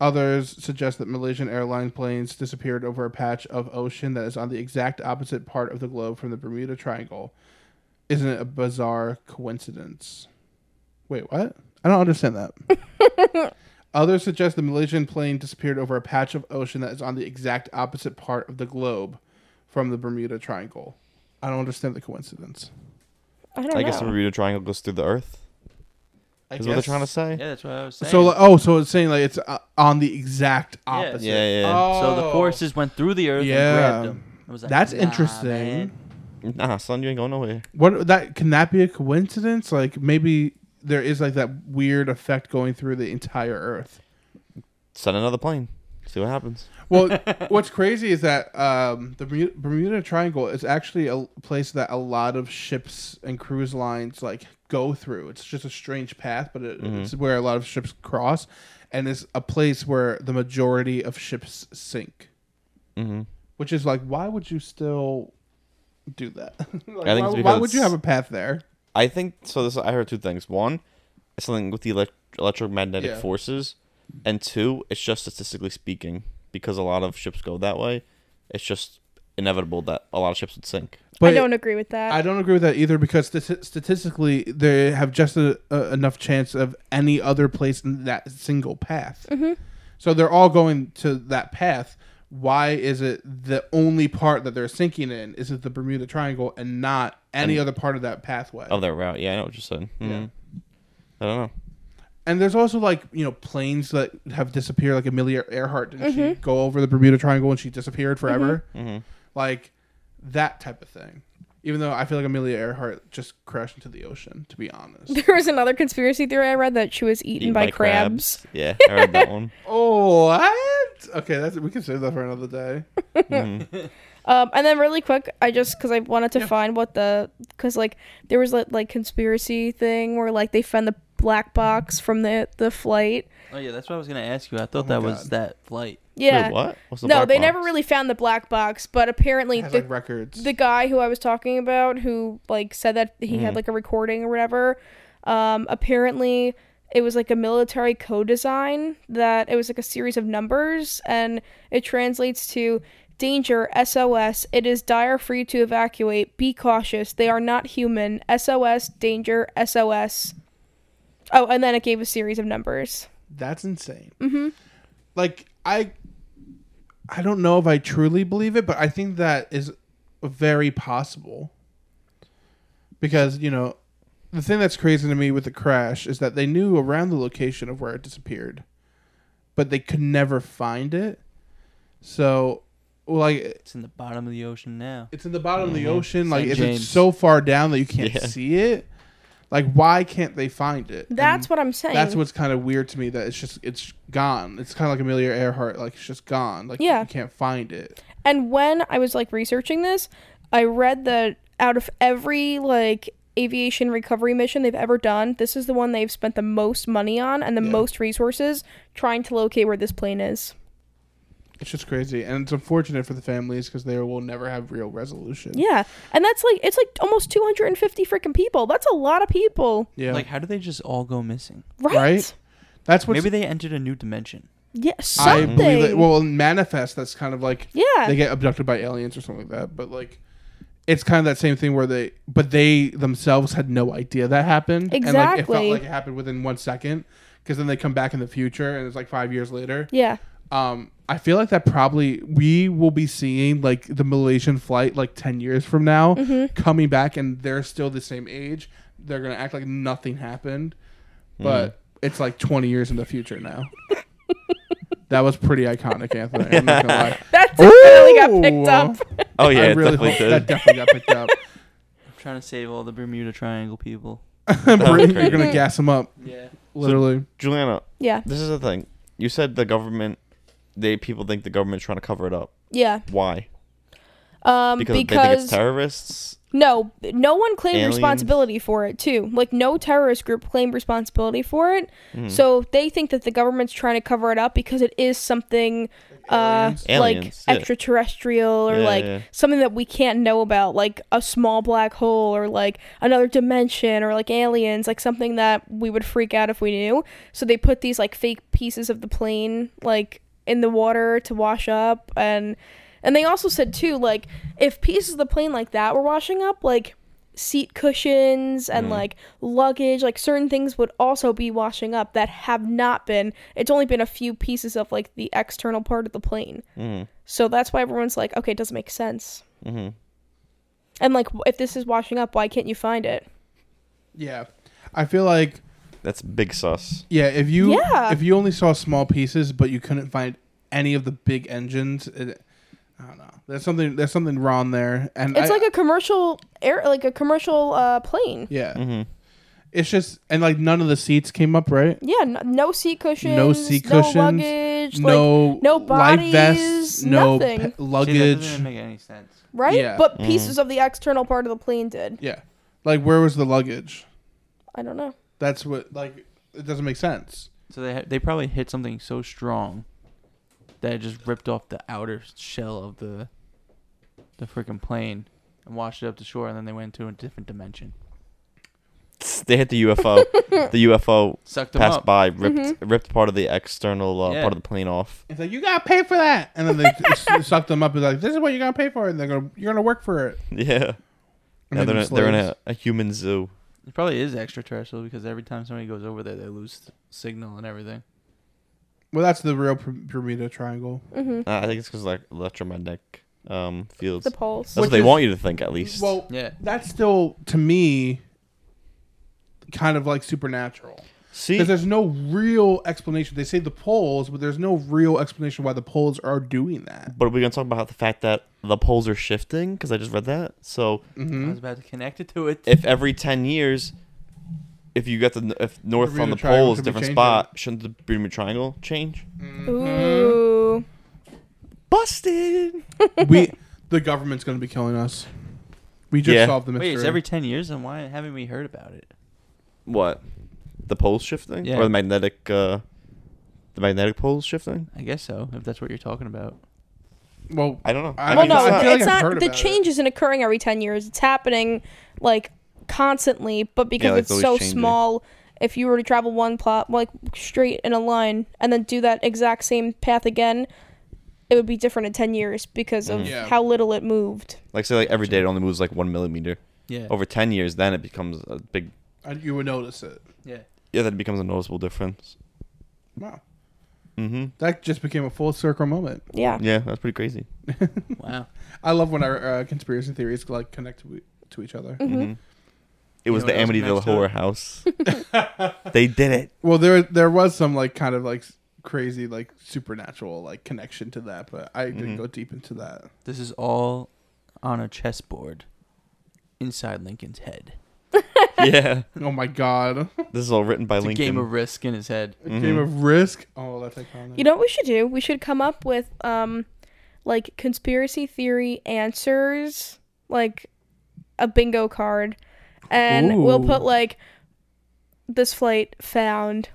Speaker 2: Others suggest that Malaysian airline planes disappeared over a patch of ocean that is on the exact opposite part of the globe from the Bermuda Triangle isn't it a bizarre coincidence? Wait, what? I don't understand that. Others suggest the Malaysian plane disappeared over a patch of ocean that is on the exact opposite part of the globe from the Bermuda Triangle. I don't understand the coincidence.
Speaker 4: I don't
Speaker 1: I
Speaker 4: know.
Speaker 1: guess the Bermuda Triangle goes through the Earth.
Speaker 2: I
Speaker 1: Is what they're trying to say?
Speaker 3: Yeah, that's what I was saying.
Speaker 2: So, like, oh, so it's saying like it's uh, on the exact opposite.
Speaker 1: Yeah, yeah.
Speaker 3: So the
Speaker 2: Oh.
Speaker 3: forces went through the earth
Speaker 2: Yeah.
Speaker 3: and grabbed them. I was like,
Speaker 2: That's
Speaker 3: "Nah,
Speaker 2: interesting.
Speaker 3: man."
Speaker 1: Nah, son, you ain't going nowhere.
Speaker 2: What that can that be a coincidence? Like maybe there is like that weird effect going through the entire Earth.
Speaker 1: Send another plane. See what happens.
Speaker 2: Well, what's crazy is that um, the Bermu- Bermuda Triangle is actually a place that a lot of ships and cruise lines like go through. It's just a strange path, but it,
Speaker 1: Mm-hmm.
Speaker 2: it's where a lot of ships cross, and it's a place where the majority of ships sink.
Speaker 1: Mm-hmm.
Speaker 2: Which is like, why would you still do that? Like,
Speaker 1: I think it's
Speaker 2: why, why
Speaker 1: because
Speaker 2: would you
Speaker 1: it's-
Speaker 2: have a path there?
Speaker 1: I think so. This I heard two things. One, it's something with the elect- electromagnetic
Speaker 2: Yeah.
Speaker 1: forces, and two, it's just statistically speaking because a lot of ships go that way. It's just inevitable that a lot of ships would sink.
Speaker 4: I don't agree with that.
Speaker 2: I don't agree with that either because stati- statistically, they have just a, a, enough chance of any other place in that single path. So they're all going to that path. Why is it the only part that they're sinking in? Is it the Bermuda Triangle and not any other part of that pathway?
Speaker 1: Oh, their route. Yeah, I know what you said. Mhm. I don't know.
Speaker 2: And there's also like you know planes that have disappeared. Like Amelia Earhart didn't she go over the Bermuda Triangle and she disappeared forever? Like that type of thing. Even though I feel like Amelia Earhart just crashed into the ocean, to be honest.
Speaker 4: there was another conspiracy theory I read that she was eaten,
Speaker 1: Eaten
Speaker 4: by, crabs.
Speaker 1: Yeah, I read that one.
Speaker 2: Oh, what? Okay, that's we can save that for another day.
Speaker 1: Mm-hmm.
Speaker 4: Um, and then really quick, I just because I wanted to find what the because like there was like like conspiracy thing where like they found the black box from the the flight.
Speaker 3: Oh yeah, that's what I was gonna ask you. I thought
Speaker 2: Oh my
Speaker 3: that was
Speaker 2: God.
Speaker 3: that flight.
Speaker 4: Yeah.
Speaker 1: Wait, what? What's the
Speaker 4: no,
Speaker 1: black
Speaker 4: they
Speaker 1: box?
Speaker 4: never really found the black box, but apparently
Speaker 2: Has,
Speaker 4: the
Speaker 2: like records.
Speaker 4: the guy who I was talking about who like said that he had like a recording or whatever. Um, apparently it was like a military code design that it was like a series of numbers and it translates to danger SOS it is dire for you to evacuate be cautious they are not human SOS danger SOS Oh and then it gave a series of numbers
Speaker 2: that's insane. Mm-hmm. Like I, I don't know if I truly believe it, but I think that is very possible. Because you know, the thing that's crazy to me with the crash is that they knew around the location of where it disappeared, but they could never find it. So, like,
Speaker 3: It's in the bottom of the ocean now.
Speaker 2: it's in the bottom of the
Speaker 4: Mm-hmm.
Speaker 2: ocean. Like
Speaker 3: St.
Speaker 2: if it's
Speaker 3: James.
Speaker 2: so far down that you can't
Speaker 1: Yeah.
Speaker 2: see it, like why can't they find it?
Speaker 4: that's what I'm saying
Speaker 2: That's what's kind of weird to me. That it's just it's gone. It's kind of like Amelia Earhart. Like it's just gone. Like
Speaker 4: Yeah.
Speaker 2: you can't find it.
Speaker 4: And when I was like researching this, I read that out of every like aviation recovery mission they've ever done, this is the one they've spent the most money on and the most resources trying to locate where this plane is.
Speaker 2: It's just crazy, and it's unfortunate for the families because they will never have real resolution.
Speaker 4: Yeah. And that's like it's like almost 250 freaking people. That's a lot of people.
Speaker 2: yeah.
Speaker 3: Like, how do they just all go missing?
Speaker 4: Right?
Speaker 2: Right? that's what
Speaker 3: Maybe they entered a new dimension.
Speaker 4: Yeah,
Speaker 2: I
Speaker 4: something.
Speaker 2: believe. That, well, in manifest. That's kind of like
Speaker 4: yeah.
Speaker 2: they get abducted by aliens or something like that. But like, it's kind of that same thing where they, but they themselves had no idea that happened. And like, it felt
Speaker 4: Exactly.
Speaker 2: like it happened within one second. Because then they come back in the future, and it's like five years later.
Speaker 4: yeah.
Speaker 2: Um, I feel like that probably we will be seeing like the Malaysian flight like ten years from now
Speaker 4: Mm-hmm.
Speaker 2: coming back, and they're still the same age. They're gonna act like nothing happened,
Speaker 1: Mm.
Speaker 2: but it's like twenty years in the future now. that was pretty iconic, Anthony. I'm not gonna lie.
Speaker 4: That's really got picked
Speaker 2: Ooh.
Speaker 4: up.
Speaker 1: Oh yeah,
Speaker 2: I
Speaker 1: it
Speaker 2: really
Speaker 1: definitely
Speaker 2: hope
Speaker 1: did.
Speaker 2: that definitely got picked up.
Speaker 3: I'm trying to save all the Bermuda Triangle people.
Speaker 2: Brittany, you're
Speaker 1: crazy.
Speaker 2: gonna gas them up,
Speaker 3: Yeah.
Speaker 2: literally.
Speaker 1: Juliana,
Speaker 4: Yeah.
Speaker 1: this is the thing. You said the government. They people think the government's trying to cover it up.
Speaker 4: Yeah.
Speaker 1: Why?
Speaker 4: Um
Speaker 1: Because,
Speaker 4: because,
Speaker 1: they think it's terrorists.
Speaker 4: No, no one claimed
Speaker 1: Aliens.
Speaker 4: responsibility for it too. Like no terrorist group claimed responsibility for it.
Speaker 1: Hmm. Mm-hmm.
Speaker 4: So they think that the government's trying to cover it up because it is something uh
Speaker 2: aliens?
Speaker 4: like
Speaker 1: Aliens, yeah.
Speaker 4: extraterrestrial or
Speaker 1: Yeah,
Speaker 4: like
Speaker 1: yeah.
Speaker 4: something that we can't know about like a small black hole or like another dimension or like aliens, like something that we would freak out if we knew. So they put these like fake pieces of the plane like in the water to wash up and and they also said too like if pieces of the plane like that were washing up like seat cushions
Speaker 2: Mm.
Speaker 4: and like luggage like certain things would also be washing up that have not been it's only been a few pieces of like the external part of the plane
Speaker 1: Mm-hmm.
Speaker 4: so that's why everyone's like okay it doesn't make sense
Speaker 1: hmm
Speaker 4: and like if this is washing up why can't you find it
Speaker 2: Yeah, I feel like
Speaker 1: That's big sus.
Speaker 2: yeah. If you
Speaker 4: Yeah.
Speaker 2: if you only saw small pieces, but you couldn't find any of the big engines, it, I don't know. There's something there's something wrong there, and
Speaker 4: it's
Speaker 2: I-
Speaker 4: like a commercial air like a commercial uh plane
Speaker 2: yeah.
Speaker 1: Mhm.
Speaker 2: It's just and like none of the seats came up right.
Speaker 4: yeah no, no seat cushions
Speaker 2: No seat cushions.
Speaker 4: no luggage like
Speaker 2: no
Speaker 4: no
Speaker 2: life vests.
Speaker 4: bodies,
Speaker 2: No
Speaker 4: nothing.
Speaker 2: pe-
Speaker 3: See, that
Speaker 2: luggage.
Speaker 3: doesn't make any sense.
Speaker 4: right
Speaker 2: yeah. Mm.
Speaker 4: but pieces of the external part of the plane did
Speaker 2: yeah, like where was the luggage?
Speaker 4: i don't know
Speaker 2: That's what like it doesn't make sense.
Speaker 3: So they ha- they probably hit something so strong that it just ripped off the outer shell of the the freaking plane and washed it up to shore, and then they went to a different dimension.
Speaker 1: They hit the UFO. the UFO
Speaker 3: Sucked them
Speaker 1: passed
Speaker 3: up.
Speaker 1: by, ripped
Speaker 4: Mm-hmm.
Speaker 1: ripped part of the external uh,
Speaker 3: Yeah.
Speaker 1: part of the plane off.
Speaker 2: It's like you gotta pay for that, and then they s- suck them up. And like this is what you're gonna pay for, and they're gonna you're gonna work for it.
Speaker 1: Yeah.
Speaker 2: And
Speaker 1: Now
Speaker 2: they
Speaker 1: they're in,
Speaker 2: just
Speaker 1: they're in
Speaker 2: lose.
Speaker 1: a, a human zoo.
Speaker 3: It probably is extraterrestrial because every time somebody goes over there, they lose th- signal and everything.
Speaker 2: Well, that's the real Ber- Bermuda Triangle.
Speaker 1: Uh, I think it's because like electromagnetic um, fields.
Speaker 4: the
Speaker 1: That's
Speaker 4: pulse
Speaker 1: what
Speaker 2: Which
Speaker 1: they
Speaker 2: is-
Speaker 1: want you to think, at least.
Speaker 2: Well,
Speaker 3: Yeah.
Speaker 2: that's still to me kind of like supernatural
Speaker 1: see,
Speaker 2: because there's no real explanation. They say the poles, but there's no real explanation why the poles are doing that.
Speaker 1: but are we gonna talk about the fact that the poles are shifting? Because I just read that. So
Speaker 3: I
Speaker 2: hmm
Speaker 3: was about to connect it to it.
Speaker 1: if every ten years, if you got the n- if north on
Speaker 2: Bermuda
Speaker 1: the
Speaker 2: Triangle
Speaker 1: pole is a
Speaker 2: could be
Speaker 1: different
Speaker 2: changing.
Speaker 1: spot, shouldn't the Bermuda Triangle change?
Speaker 2: Mm-hmm.
Speaker 4: ooh
Speaker 1: Busted.
Speaker 2: we, the government's going to be killing us. We just
Speaker 1: Yeah.
Speaker 2: solved the mystery.
Speaker 3: Wait, it's every ten years, and why haven't we heard about it?
Speaker 1: What? The poles shifting,
Speaker 3: Yeah.
Speaker 1: or the magnetic, uh, the magnetic poles shifting?
Speaker 3: I guess so. If that's what you're talking about.
Speaker 2: well,
Speaker 1: I don't know.
Speaker 2: I
Speaker 1: I
Speaker 4: Well,
Speaker 2: mean,
Speaker 4: no,
Speaker 2: it's not- I feel like
Speaker 4: it's
Speaker 2: I've
Speaker 4: not.
Speaker 2: heard
Speaker 4: the
Speaker 2: about it.
Speaker 4: change is isn't occurring every ten years. It's happening like constantly, but because
Speaker 1: like, it's
Speaker 4: it's
Speaker 1: always
Speaker 4: so
Speaker 1: changing.
Speaker 4: small, if you were to travel one plot like straight in a line and then do that exact same path again, it would be different in ten years because of
Speaker 1: Mhm.
Speaker 2: Yeah.
Speaker 4: how little it moved.
Speaker 1: Like say, like every day it only moves like one millimeter.
Speaker 3: Yeah.
Speaker 1: Over ten years, then it becomes a big.
Speaker 2: I- you would notice it.
Speaker 3: Yeah.
Speaker 1: Yeah, that becomes a noticeable difference.
Speaker 2: Wow,
Speaker 1: Mm-hmm.
Speaker 2: that just became a full circle moment.
Speaker 4: Yeah.
Speaker 1: Yeah, that's pretty crazy.
Speaker 3: Wow.
Speaker 2: I love when our uh, conspiracy theories like connect to, to each other.
Speaker 1: Mm-hmm. It was
Speaker 3: know
Speaker 1: the
Speaker 3: what else
Speaker 1: Amityville
Speaker 3: connects to
Speaker 1: Horror
Speaker 3: it?
Speaker 1: House. they did it.
Speaker 2: Well, there there was some like kind of like s- crazy like supernatural like connection to that, but I didn't
Speaker 1: Mhm.
Speaker 2: go deep into that.
Speaker 3: This is all on a chessboard inside Lincoln's head.
Speaker 1: Yeah,
Speaker 2: Oh my god,
Speaker 1: this is all written by
Speaker 3: It's a
Speaker 1: Lincoln.
Speaker 3: game of risk in his head.
Speaker 2: A
Speaker 1: Mm-hmm.
Speaker 2: game of Risk. Oh, that's iconic.
Speaker 4: You know what we should do? We should come up with um, like conspiracy theory answers, like a bingo card, and we'll
Speaker 3: Ooh.
Speaker 4: put like this flight found.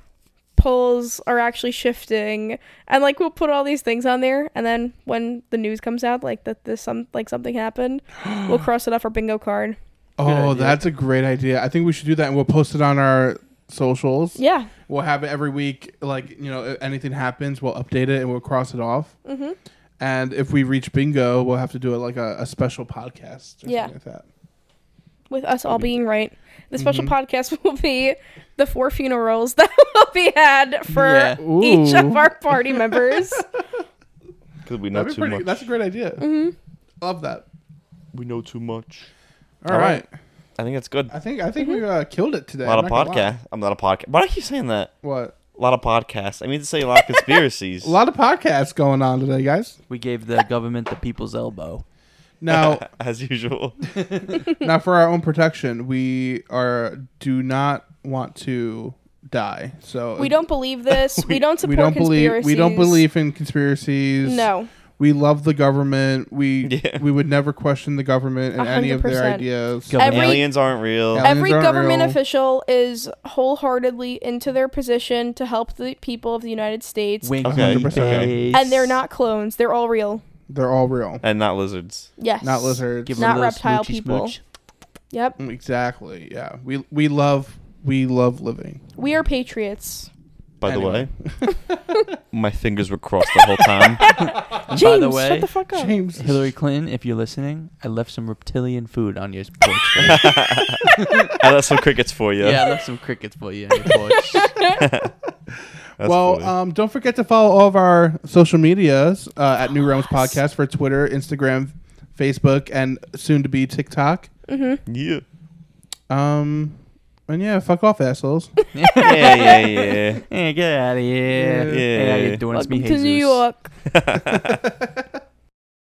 Speaker 4: Poles are actually shifting, and like we'll put all these things on there, and then when the news comes out, like that this some like something happened, we'll cross it off our bingo card.
Speaker 2: oh,
Speaker 3: idea.
Speaker 2: that's a great idea. I think we should do that, and we'll post it on our socials.
Speaker 4: Yeah,
Speaker 2: We'll have it every week. Like you know, if anything happens, we'll update it and we'll cross it off. Mm-hmm. And if we reach bingo, we'll have to do it like a, a special podcast. Or
Speaker 4: Yeah.
Speaker 2: something like that.
Speaker 4: with us
Speaker 2: Mm-hmm.
Speaker 4: all being right, the special podcast will be the four funerals that will be had for
Speaker 3: Yeah.
Speaker 4: each of
Speaker 2: Ooh.
Speaker 4: our party members.
Speaker 1: Cause we know
Speaker 2: That'd be
Speaker 1: too
Speaker 2: pretty,
Speaker 1: much.
Speaker 2: that's a great idea.
Speaker 4: Mm-hmm.
Speaker 2: Love that.
Speaker 1: We know too much.
Speaker 2: All
Speaker 1: All
Speaker 2: right.
Speaker 1: I think that's good.
Speaker 2: I think I think we uh, killed it today.
Speaker 1: A lot
Speaker 2: I'm
Speaker 1: of
Speaker 2: not gonna lie.
Speaker 1: podcast. I'm not a podcast. Why do I keep saying that?
Speaker 2: What?
Speaker 1: A lot of podcasts. I mean to say a lot of conspiracies.
Speaker 2: A lot of podcasts going on today, guys.
Speaker 3: We gave the government the people's elbow.
Speaker 2: Now,
Speaker 1: as usual.
Speaker 2: now for our own protection, we are do not want to die. So
Speaker 4: We don't believe this. we, don't
Speaker 2: we
Speaker 4: support
Speaker 2: don't believe we don't
Speaker 4: conspiracies.
Speaker 2: believe in conspiracies.
Speaker 4: No.
Speaker 2: we love the government. We
Speaker 1: Yeah.
Speaker 2: we would never question the government and any of their
Speaker 4: 100%.
Speaker 2: ideas.
Speaker 3: Government.
Speaker 4: Every-
Speaker 1: Aliens aren't real.
Speaker 2: Yeah.
Speaker 4: Every
Speaker 2: aren't
Speaker 4: government
Speaker 2: real.
Speaker 4: official is wholeheartedly into their position to help the people of the United States.
Speaker 3: Wink,
Speaker 1: Okay,
Speaker 3: wink,
Speaker 1: okay.
Speaker 3: face.
Speaker 4: And they're not clones. They're all real.
Speaker 2: They're all real,
Speaker 1: And not lizards.
Speaker 4: Yes.
Speaker 2: not lizards.
Speaker 3: Give
Speaker 4: Not
Speaker 3: them a little
Speaker 4: reptile
Speaker 3: smoochy
Speaker 4: people.
Speaker 3: smooch.
Speaker 4: Yep.
Speaker 2: exactly. Yeah, we we love we love living.
Speaker 4: We are patriots.
Speaker 1: By
Speaker 2: Anyway.
Speaker 1: the way, my fingers were crossed the whole time.
Speaker 3: And
Speaker 4: James,
Speaker 3: by the way,
Speaker 4: shut the fuck up.
Speaker 2: James.
Speaker 3: Hillary Clinton, if you're listening, I left some reptilian food on your porch. for you.
Speaker 1: I left some crickets for you.
Speaker 3: yeah. I left some crickets for you on your porch.
Speaker 1: That's
Speaker 2: well,
Speaker 1: funny.
Speaker 2: um, don't forget to follow all of our social medias uh, at New Realms Podcast for Twitter, Instagram, Facebook, and soon to be TikTok.
Speaker 4: Mm-hmm.
Speaker 1: yeah.
Speaker 2: Um, and yeah, fuck off, assholes.
Speaker 1: yeah, yeah, yeah.
Speaker 3: hey, get out of here.
Speaker 2: Yeah.
Speaker 3: Hey, how
Speaker 1: Yeah.
Speaker 3: you doing? It's me,
Speaker 4: Welcome to New
Speaker 3: Jesus.
Speaker 4: York.